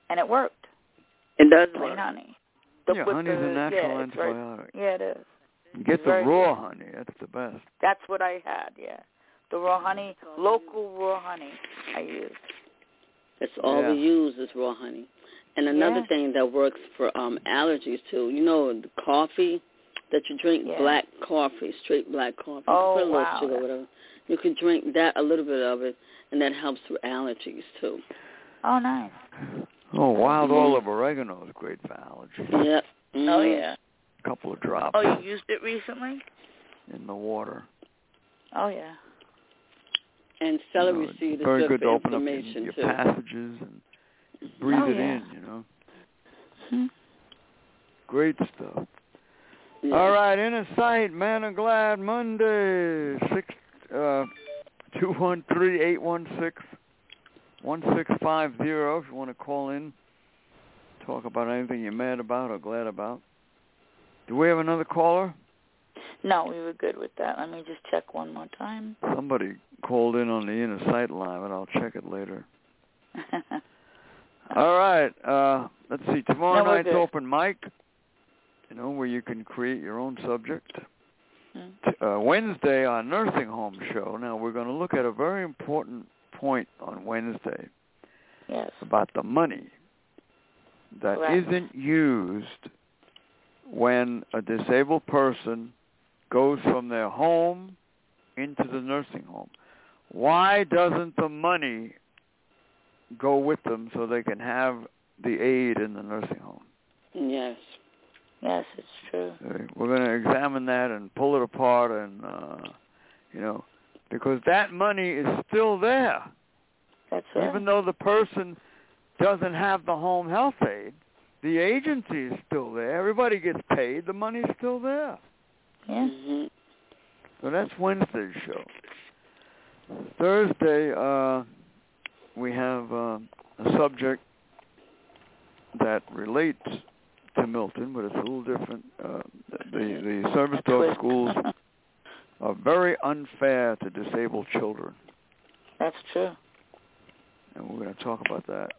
[SPEAKER 3] and it worked
[SPEAKER 4] It does
[SPEAKER 3] plain
[SPEAKER 4] work.
[SPEAKER 3] honey the,
[SPEAKER 2] yeah,
[SPEAKER 3] with
[SPEAKER 2] honey's
[SPEAKER 3] the,
[SPEAKER 2] a natural
[SPEAKER 3] yeah, it's very-
[SPEAKER 2] antibiotic.
[SPEAKER 3] yeah it is
[SPEAKER 2] Get the
[SPEAKER 3] very
[SPEAKER 2] raw honey. That's the best.
[SPEAKER 3] that's what i had yeah the raw honey local raw honey i used
[SPEAKER 4] That's all we
[SPEAKER 2] Yeah.
[SPEAKER 4] use is raw honey. And another
[SPEAKER 3] Yeah.
[SPEAKER 4] thing that works for um allergies too, you know, the coffee that you drink
[SPEAKER 3] Yeah.
[SPEAKER 4] black coffee, straight black coffee.
[SPEAKER 3] Oh,
[SPEAKER 4] you put a little
[SPEAKER 3] wow.
[SPEAKER 4] sugar or whatever. You could drink that a little bit of it and that helps with allergies too.
[SPEAKER 3] oh nice
[SPEAKER 2] Oh, wild olive oregano is great for allergies.
[SPEAKER 7] Yep. Mhm.
[SPEAKER 4] Mm-hmm.
[SPEAKER 3] Oh yeah.
[SPEAKER 2] A couple of drops
[SPEAKER 3] Oh, you used it recently?
[SPEAKER 2] in the water.
[SPEAKER 3] Oh yeah.
[SPEAKER 7] And
[SPEAKER 2] you
[SPEAKER 7] celery
[SPEAKER 2] know, it's
[SPEAKER 7] seed is
[SPEAKER 2] very
[SPEAKER 7] good,
[SPEAKER 2] good
[SPEAKER 7] for
[SPEAKER 2] to open up your,
[SPEAKER 7] inflammation
[SPEAKER 2] your
[SPEAKER 7] too.
[SPEAKER 2] passages and breathe
[SPEAKER 3] Oh,
[SPEAKER 2] it
[SPEAKER 3] yeah.
[SPEAKER 2] in. You know,
[SPEAKER 3] Hmm.
[SPEAKER 2] great stuff.
[SPEAKER 7] Yeah.
[SPEAKER 2] All right, inner sight, man of glad Monday six uh two one three eight one six one six five zero if you want to call in, talk about anything you're mad about or glad about. Do we have another caller?
[SPEAKER 3] No, we were good with that. Let me just check one more time. (laughs)
[SPEAKER 2] Somebody called in on the inner sight line, but I'll check it later. All right. Uh, let's see. Tomorrow
[SPEAKER 3] No, we're
[SPEAKER 2] night's
[SPEAKER 3] good.
[SPEAKER 2] open mic. You know where you can create your own subject.
[SPEAKER 3] Hmm.
[SPEAKER 2] T- Uh, Wednesday our nursing home show. Now we're going to look at a very important point on Wednesday
[SPEAKER 3] yes.
[SPEAKER 2] about the money that
[SPEAKER 3] Correct.
[SPEAKER 2] not used when a disabled person goes from their home into the nursing home. Why doesn't the money go with them so they can have the aid in the nursing home?
[SPEAKER 7] Yes.
[SPEAKER 3] Yes, it's true.
[SPEAKER 2] Uh, We're going to examine that and pull it apart and, uh, you know, because that money is still there.
[SPEAKER 3] That's right.
[SPEAKER 2] Even though the person doesn't have the home health aid, the agency is still there. Everybody gets paid. The money's still there.
[SPEAKER 3] yeah.
[SPEAKER 4] Mm-hmm.
[SPEAKER 7] hmm
[SPEAKER 2] So that's Wednesday's show. Thursday, uh, we have uh, a subject that relates to Milton, but it's a little different. Uh, the the service dog
[SPEAKER 3] Twist.
[SPEAKER 2] schools are very unfair to disabled children.
[SPEAKER 3] (laughs) That's
[SPEAKER 2] (laughs)
[SPEAKER 3] true.
[SPEAKER 2] and we're going to talk about that.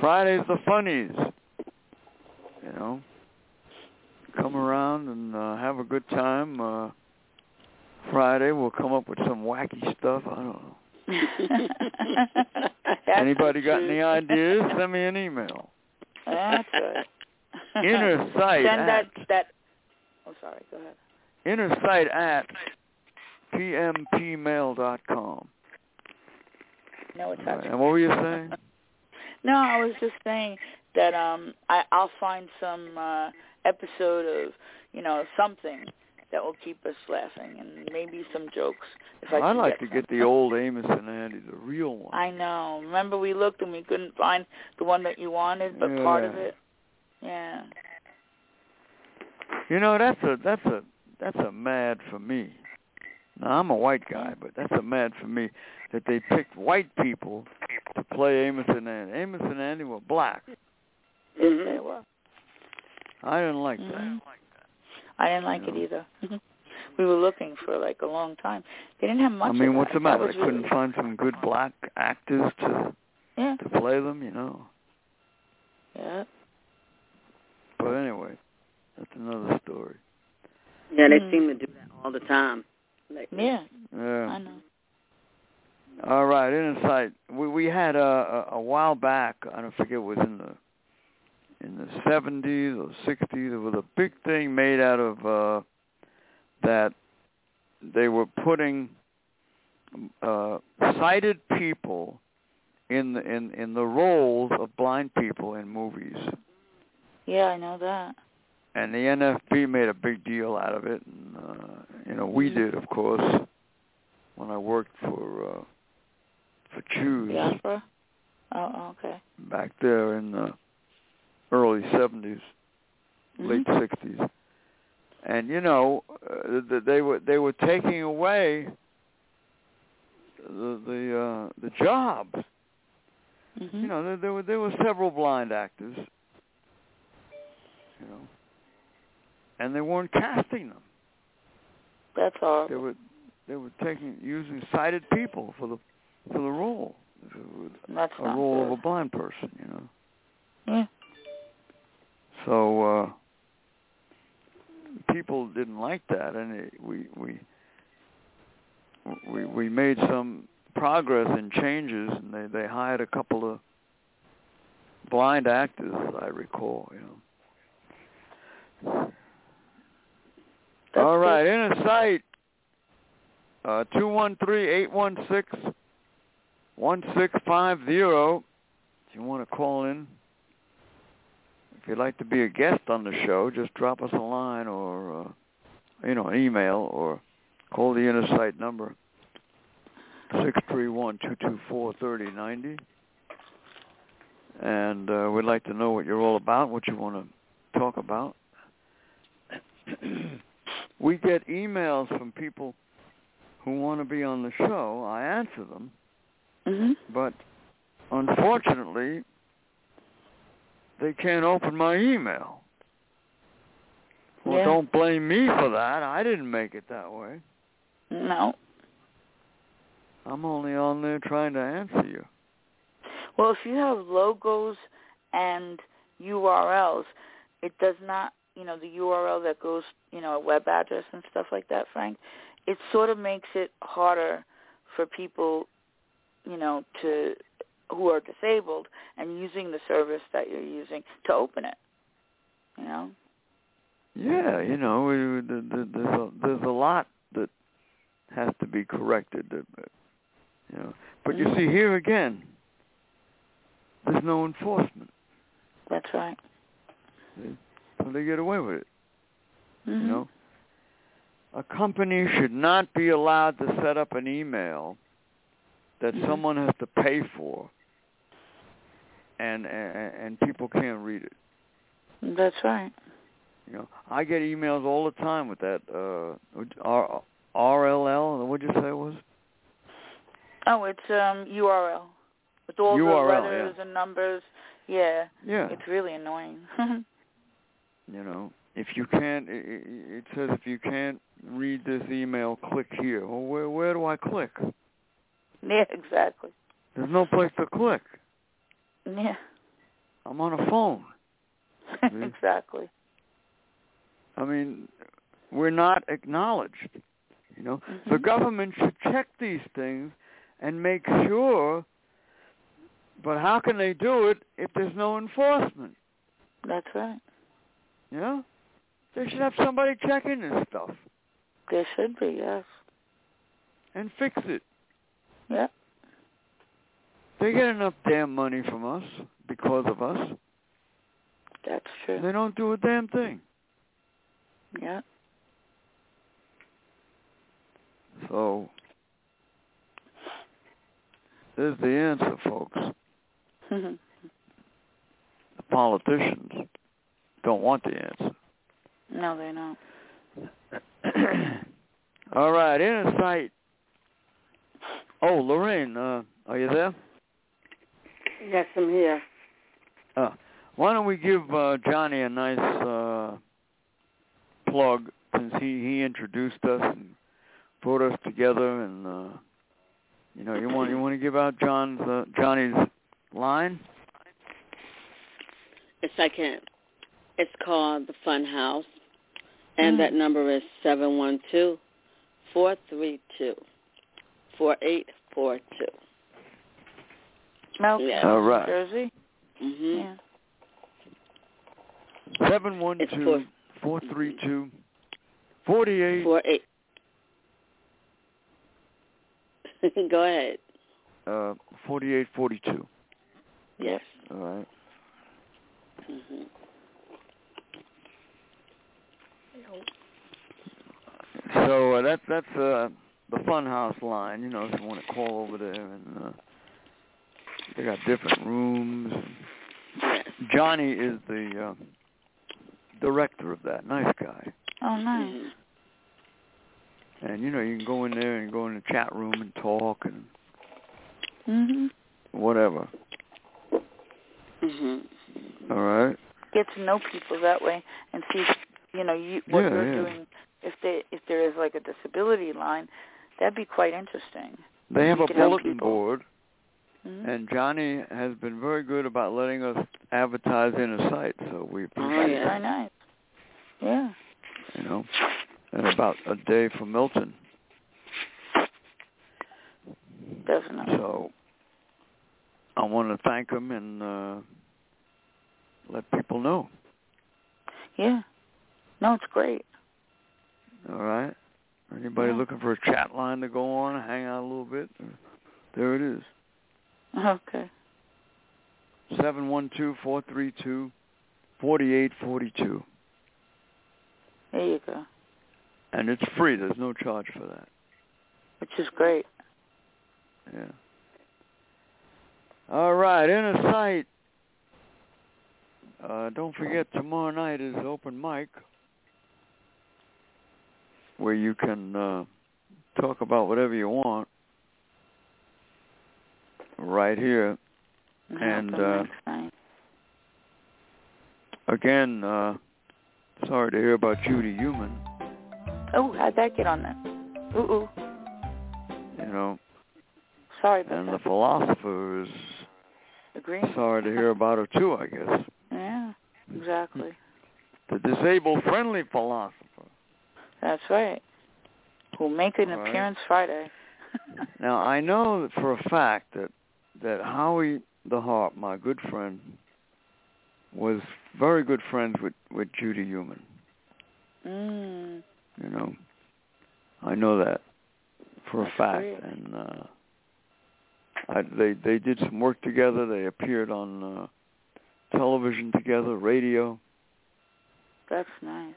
[SPEAKER 2] Friday's the funnies. You know, come around and uh, have a good time. Uh, Friday we'll come up with some wacky stuff. I don't know.
[SPEAKER 3] That's
[SPEAKER 2] Anybody got any
[SPEAKER 3] true.
[SPEAKER 2] ideas? Send me an email.
[SPEAKER 3] (laughs) That's right.
[SPEAKER 2] Inner sight
[SPEAKER 3] Send
[SPEAKER 2] at
[SPEAKER 3] that that. Oh, sorry. Go ahead.
[SPEAKER 2] inner sight at pmpmail.com.
[SPEAKER 3] No, it's not.
[SPEAKER 2] Right. And what were you saying?
[SPEAKER 3] No, I was just saying that um I I'll find some uh episode of, you know, something that will keep us laughing and maybe some jokes if I
[SPEAKER 2] I'd
[SPEAKER 3] can
[SPEAKER 2] like to
[SPEAKER 3] get
[SPEAKER 2] get
[SPEAKER 3] some. (laughs)
[SPEAKER 2] the old Amos and Andy, the real one.
[SPEAKER 3] I know. Remember we looked and we couldn't find the one that you wanted, but part of
[SPEAKER 2] Yeah.
[SPEAKER 3] it. Yeah.
[SPEAKER 2] You know, that's a that's a that's a mad for me. Now I'm a white guy, but that's a mad for me that they picked white people to play Amos and Andy. Amos and Andy were black.
[SPEAKER 4] Mm-hmm.
[SPEAKER 3] Yes, they were.
[SPEAKER 2] I didn't like that.
[SPEAKER 3] Mhm. I didn't like it either. (laughs) we were looking for like a long time. They didn't have much.
[SPEAKER 2] I
[SPEAKER 3] of
[SPEAKER 2] mean,
[SPEAKER 3] that.
[SPEAKER 2] what's the
[SPEAKER 3] That
[SPEAKER 2] matter?
[SPEAKER 3] was
[SPEAKER 2] They couldn't
[SPEAKER 3] really-
[SPEAKER 2] find some good black actors to
[SPEAKER 3] Yeah.
[SPEAKER 2] to play them, you know.
[SPEAKER 3] Yeah.
[SPEAKER 2] But anyway, that's another story.
[SPEAKER 8] Yeah, they
[SPEAKER 3] Mm.
[SPEAKER 8] seem to do that all the time. Like,
[SPEAKER 3] Yeah. I
[SPEAKER 2] Yeah.
[SPEAKER 3] know.
[SPEAKER 2] All right, insight. We we had a, a a while back. I don't forget it was in the in the seventies or sixties. It was a big thing made out of uh, that they were putting uh, sighted people in the in in the roles of blind people in movies,
[SPEAKER 3] Yeah, I know that.
[SPEAKER 2] and the NFB made a big deal out of it. And, uh, you know, we
[SPEAKER 3] Mhm.
[SPEAKER 2] did, of course, when I worked for uh, for Choose.
[SPEAKER 3] The opera? Oh, okay.
[SPEAKER 2] back there in the early 70s, late
[SPEAKER 3] Mhm.
[SPEAKER 2] 60s. And you know, uh, th- they were they were taking away the the uh, the jobs.
[SPEAKER 3] Mhm.
[SPEAKER 2] You know, there, there were there were several blind actors. You know, and they weren't casting them.
[SPEAKER 3] That's
[SPEAKER 2] They
[SPEAKER 3] horrible.
[SPEAKER 2] were they were taking using sighted people for the for the role,
[SPEAKER 3] That's
[SPEAKER 2] a
[SPEAKER 3] not
[SPEAKER 2] role of
[SPEAKER 3] good.
[SPEAKER 2] a blind person. You know.
[SPEAKER 3] Yeah.
[SPEAKER 2] So uh, people didn't like that, and it, we we we we made some progress and changes, and they they hired a couple of blind actors, as I recall. You know.
[SPEAKER 3] That's
[SPEAKER 2] All right, inner sight. Uh, 213-816-1650. If you want to call in, if you'd like to be a guest on the show, just drop us a line or uh, you know an email or call the inner site number six three one two two four thirty ninety. And uh, we'd like to know what you're all about, what you want to talk about. we get emails from people who want to be on the show. I answer them,
[SPEAKER 3] hmm
[SPEAKER 2] but unfortunately, they can't open my email. Well,
[SPEAKER 3] Yeah.
[SPEAKER 2] don't blame me for that. I didn't make it that way.
[SPEAKER 3] No.
[SPEAKER 2] I'm only on there trying to answer you.
[SPEAKER 3] Well, if you have logos and URLs, it does not, you know, the URL that goes, you know, a web address and stuff like that, Frank, it sort of makes it harder for people, you know, to who are disabled and using the service that you're using to open it. You know?
[SPEAKER 2] Yeah, you know, we- the- the- there's a, there's a lot that has to be corrected. that- that, You know, but you
[SPEAKER 3] Mhm.
[SPEAKER 2] see here again, there's no enforcement,
[SPEAKER 3] That's right.
[SPEAKER 2] so they get away with it.
[SPEAKER 3] Mm-hmm.
[SPEAKER 2] You know, a company should not be allowed to set up an email that
[SPEAKER 3] Mhm.
[SPEAKER 2] someone has to pay for, and and, and people can't read it.
[SPEAKER 3] That's right.
[SPEAKER 2] You know, I get emails all the time with that uh what- R RLL. What'd you say it was?
[SPEAKER 3] Oh, it's um URL. With all
[SPEAKER 2] URL,
[SPEAKER 3] the
[SPEAKER 2] yeah.
[SPEAKER 3] letters and numbers. Yeah.
[SPEAKER 2] Yeah.
[SPEAKER 3] It's really annoying. (laughs)
[SPEAKER 2] you know, if you can't, i- i- i- it says if you can't read this email, click here. Well, where where do I click?
[SPEAKER 3] yeah, exactly.
[SPEAKER 2] There's no place to click.
[SPEAKER 3] Yeah. (laughs)
[SPEAKER 2] I'm on a phone. Mhm.
[SPEAKER 3] exactly.
[SPEAKER 2] I mean, we're not acknowledged. You know, the
[SPEAKER 3] Mhm.
[SPEAKER 2] government should check these things and make sure. But how can they do it if there's no enforcement?
[SPEAKER 3] That's right.
[SPEAKER 2] You know, they should have somebody checking this stuff
[SPEAKER 3] There should be, yes.
[SPEAKER 2] and fix it.
[SPEAKER 3] Yeah.
[SPEAKER 2] They get enough damn money from us because of us.
[SPEAKER 3] That's true.
[SPEAKER 2] They don't do a damn thing.
[SPEAKER 3] Yeah.
[SPEAKER 2] So there's the answer, folks.
[SPEAKER 3] Mhm.
[SPEAKER 2] The politicians don't want the answer.
[SPEAKER 3] (laughs) no, they don't.
[SPEAKER 2] (clears throat) All right, inner sight. Oh, Lorraine, uh, are you there?
[SPEAKER 8] Yes, I'm here.
[SPEAKER 2] Uh, Why don't we give uh, Johnny a nice uh, plug since he, he introduced us and brought us together, and uh, you know you want you want to give out John's uh, Johnny's line.
[SPEAKER 7] Yes, I can. It's called the Fun House,
[SPEAKER 3] Mm-hmm.
[SPEAKER 7] and that number is seven one two four three two four eight four two.
[SPEAKER 3] Milk,
[SPEAKER 7] Yeah.
[SPEAKER 2] All right.
[SPEAKER 3] Jersey.
[SPEAKER 7] Mhm.
[SPEAKER 3] Yeah.
[SPEAKER 2] Seven one
[SPEAKER 7] It's
[SPEAKER 2] two four three two forty eight.
[SPEAKER 7] Four eight. (laughs) Go ahead.
[SPEAKER 2] Uh, 4842.
[SPEAKER 7] Yes.
[SPEAKER 2] All right.
[SPEAKER 7] Mhm.
[SPEAKER 2] So uh, that that's uh, the Funhouse line. You know, if you want to call over there, and uh, they got different rooms. Johnny is the uh, director of that. Nice guy.
[SPEAKER 3] Oh, nice.
[SPEAKER 7] Mhm.
[SPEAKER 2] And you know, you can go in there and go in the chat room and talk and
[SPEAKER 7] Mm-hmm.
[SPEAKER 3] Mhm.
[SPEAKER 2] whatever.
[SPEAKER 7] Mhm.
[SPEAKER 2] All right.
[SPEAKER 3] Get to know people that way and see, if, you know, you what
[SPEAKER 2] Yeah,
[SPEAKER 3] you're
[SPEAKER 2] yeah.
[SPEAKER 3] doing. If they if there is like a disability line, that'd be quite interesting.
[SPEAKER 2] They have a
[SPEAKER 3] Get help
[SPEAKER 2] bulletin
[SPEAKER 3] people.
[SPEAKER 2] board,
[SPEAKER 3] Mhm.
[SPEAKER 2] and Johnny has been very good about letting us advertise in a site. So we
[SPEAKER 7] Oh,
[SPEAKER 2] appreciate
[SPEAKER 7] yeah.
[SPEAKER 3] Very nice. Yeah.
[SPEAKER 2] it, you know. And about a day for Milton.
[SPEAKER 3] Definitely.
[SPEAKER 2] So I want to thank him and uh, let people know.
[SPEAKER 3] Yeah. No, it's great.
[SPEAKER 2] All right. Anybody
[SPEAKER 3] Yeah.
[SPEAKER 2] looking for a chat line to go on, hang out a little bit? There it is.
[SPEAKER 3] Okay.
[SPEAKER 2] seven one two four three two forty eight forty two.
[SPEAKER 3] There you go.
[SPEAKER 2] And it's free. There's no charge for that.
[SPEAKER 3] Which is great.
[SPEAKER 2] Yeah. All right, inner sight. Uh, don't forget tomorrow night is open mic where you can uh, talk about whatever you want right here.
[SPEAKER 3] Mm-hmm.
[SPEAKER 2] And uh, again, uh, sorry to hear about Judy Human.
[SPEAKER 3] Oh, how'd that get on there? Ooh, ooh.
[SPEAKER 2] You know,
[SPEAKER 3] Sorry about
[SPEAKER 2] and
[SPEAKER 3] that.
[SPEAKER 2] the philosophers.
[SPEAKER 3] Agree.
[SPEAKER 2] Sorry to hear about her too. I guess
[SPEAKER 3] Yeah,
[SPEAKER 2] Mm.
[SPEAKER 3] exactly.
[SPEAKER 2] the disabled-friendly philosopher.
[SPEAKER 3] That's right. Who'll make an
[SPEAKER 2] All right.
[SPEAKER 3] appearance Friday.
[SPEAKER 2] Now I know that for a fact that that Howie the Harp, my good friend, was very good friends with with Judy Human.
[SPEAKER 3] Mm.
[SPEAKER 2] You know, I know that for a
[SPEAKER 3] That's
[SPEAKER 2] fact,
[SPEAKER 3] great.
[SPEAKER 2] and uh, I, they they did some work together. They appeared on uh, television together, radio,
[SPEAKER 3] That's nice.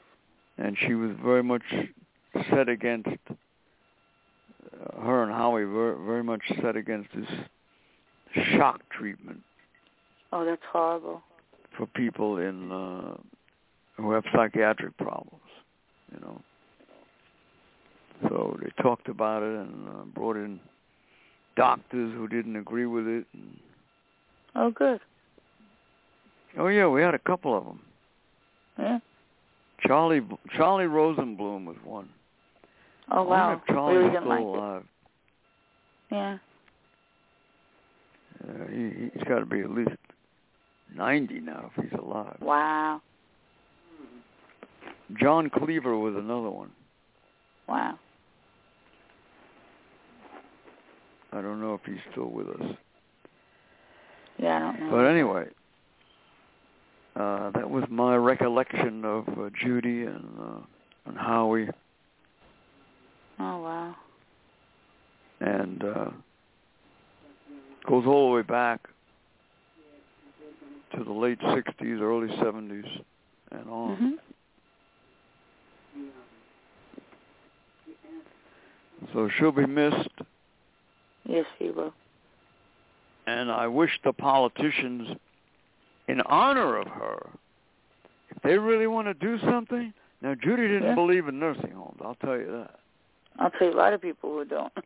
[SPEAKER 2] and she was very much set against uh, her and Howie were very much set against this shock treatment
[SPEAKER 3] Oh, that's horrible.
[SPEAKER 2] for people in uh, who have psychiatric problems. You know, so they talked about it and uh, brought in doctors who didn't agree with it. And,
[SPEAKER 3] Oh, good.
[SPEAKER 2] oh yeah, we had a couple of them.
[SPEAKER 3] Yeah.
[SPEAKER 2] Charlie Charlie Rosenblum was one.
[SPEAKER 3] Oh,
[SPEAKER 2] I wonder
[SPEAKER 3] wow.
[SPEAKER 2] if Charlie's
[SPEAKER 3] really didn't
[SPEAKER 2] still
[SPEAKER 3] like it.
[SPEAKER 2] alive.
[SPEAKER 3] Yeah.
[SPEAKER 2] Uh, he, he's got to be at least 90 now if he's alive.
[SPEAKER 3] Wow.
[SPEAKER 2] John Cleaver was another one.
[SPEAKER 3] Wow.
[SPEAKER 2] I don't know if he's still with us.
[SPEAKER 3] Yeah, I don't know.
[SPEAKER 2] But anyway, uh, that was my recollection of uh, Judy and, uh, and Howie.
[SPEAKER 3] Oh, wow.
[SPEAKER 2] And uh, goes all the way back to the late 60s, early 70s, and on.
[SPEAKER 3] hmm
[SPEAKER 2] So she'll be missed.
[SPEAKER 3] Yes, he will.
[SPEAKER 2] and I wish the politicians, in honor of her, if they really want to do something. Now, Judy didn't
[SPEAKER 3] Yeah.
[SPEAKER 2] believe in nursing homes. I'll tell you that.
[SPEAKER 3] I'll tell you a lot of people who don't. (laughs)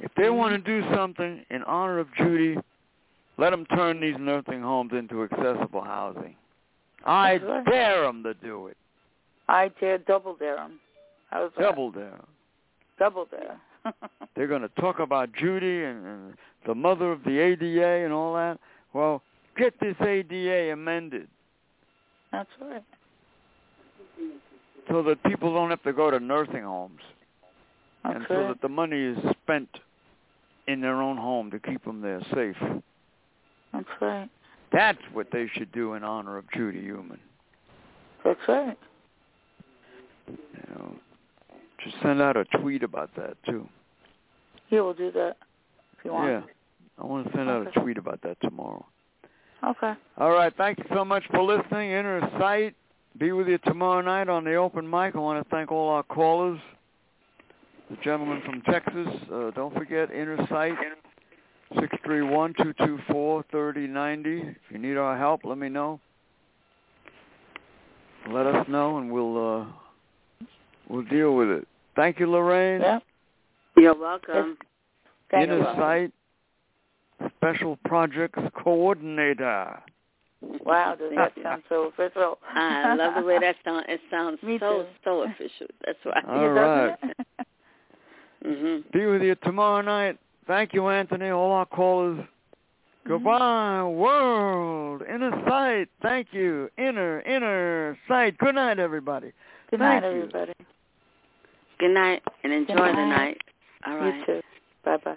[SPEAKER 2] If
[SPEAKER 3] Mm-hmm.
[SPEAKER 2] they want to do something in honor of Judy, let them turn these nursing homes into accessible housing. I
[SPEAKER 3] That's right.
[SPEAKER 2] dare them to do it.
[SPEAKER 3] I dare double dare them. I was
[SPEAKER 2] Double dare.
[SPEAKER 3] double dare. (laughs)
[SPEAKER 2] They're going to talk about Judy and, and the mother of the ADA and all that. Well, get this ADA amended.
[SPEAKER 3] That's right.
[SPEAKER 2] so that people don't have to go to nursing homes,
[SPEAKER 3] That's
[SPEAKER 2] and so
[SPEAKER 3] right.
[SPEAKER 2] that the money is spent in their own home to keep them there safe.
[SPEAKER 3] That's right.
[SPEAKER 2] That's what they should do in honor of Judy Human.
[SPEAKER 3] That's right.
[SPEAKER 2] You know, just send out a tweet about that too.
[SPEAKER 3] Yeah, we'll do that if you want.
[SPEAKER 2] Yeah, I want to send out a
[SPEAKER 3] Okay.
[SPEAKER 2] tweet about that tomorrow.
[SPEAKER 3] Okay.
[SPEAKER 2] All right, thank you so much for listening. Inner Sight, be with you tomorrow night on the open mic. I want to thank all our callers. The gentleman from Texas, uh, don't forget Inner Sight, six three one two two four thirty ninety. If you need our help, let me know. Let us know, and we'll uh, we'll deal with it. Thank you, Lorraine.
[SPEAKER 3] Yeah.
[SPEAKER 8] You're welcome.
[SPEAKER 3] Thank
[SPEAKER 2] Inner
[SPEAKER 3] you.
[SPEAKER 2] Sight, Special Projects Coordinator.
[SPEAKER 3] Wow, does that sound
[SPEAKER 2] (laughs)
[SPEAKER 3] so official?
[SPEAKER 7] (laughs) I love the way that sound. It sounds
[SPEAKER 3] Me
[SPEAKER 7] so
[SPEAKER 3] too.
[SPEAKER 7] so official. That's why.
[SPEAKER 3] (laughs)
[SPEAKER 2] All right.
[SPEAKER 7] Mhm.
[SPEAKER 2] be with you tomorrow night. Thank you, Anthony. All our callers. Goodbye, world. Inner sight. Thank you. Inner, inner sight. Good night, everybody.
[SPEAKER 3] Good night,
[SPEAKER 2] Thank you.
[SPEAKER 3] everybody.
[SPEAKER 7] Good night and enjoy the
[SPEAKER 3] night.
[SPEAKER 7] night. All
[SPEAKER 3] You
[SPEAKER 7] right.
[SPEAKER 3] too. Bye-bye.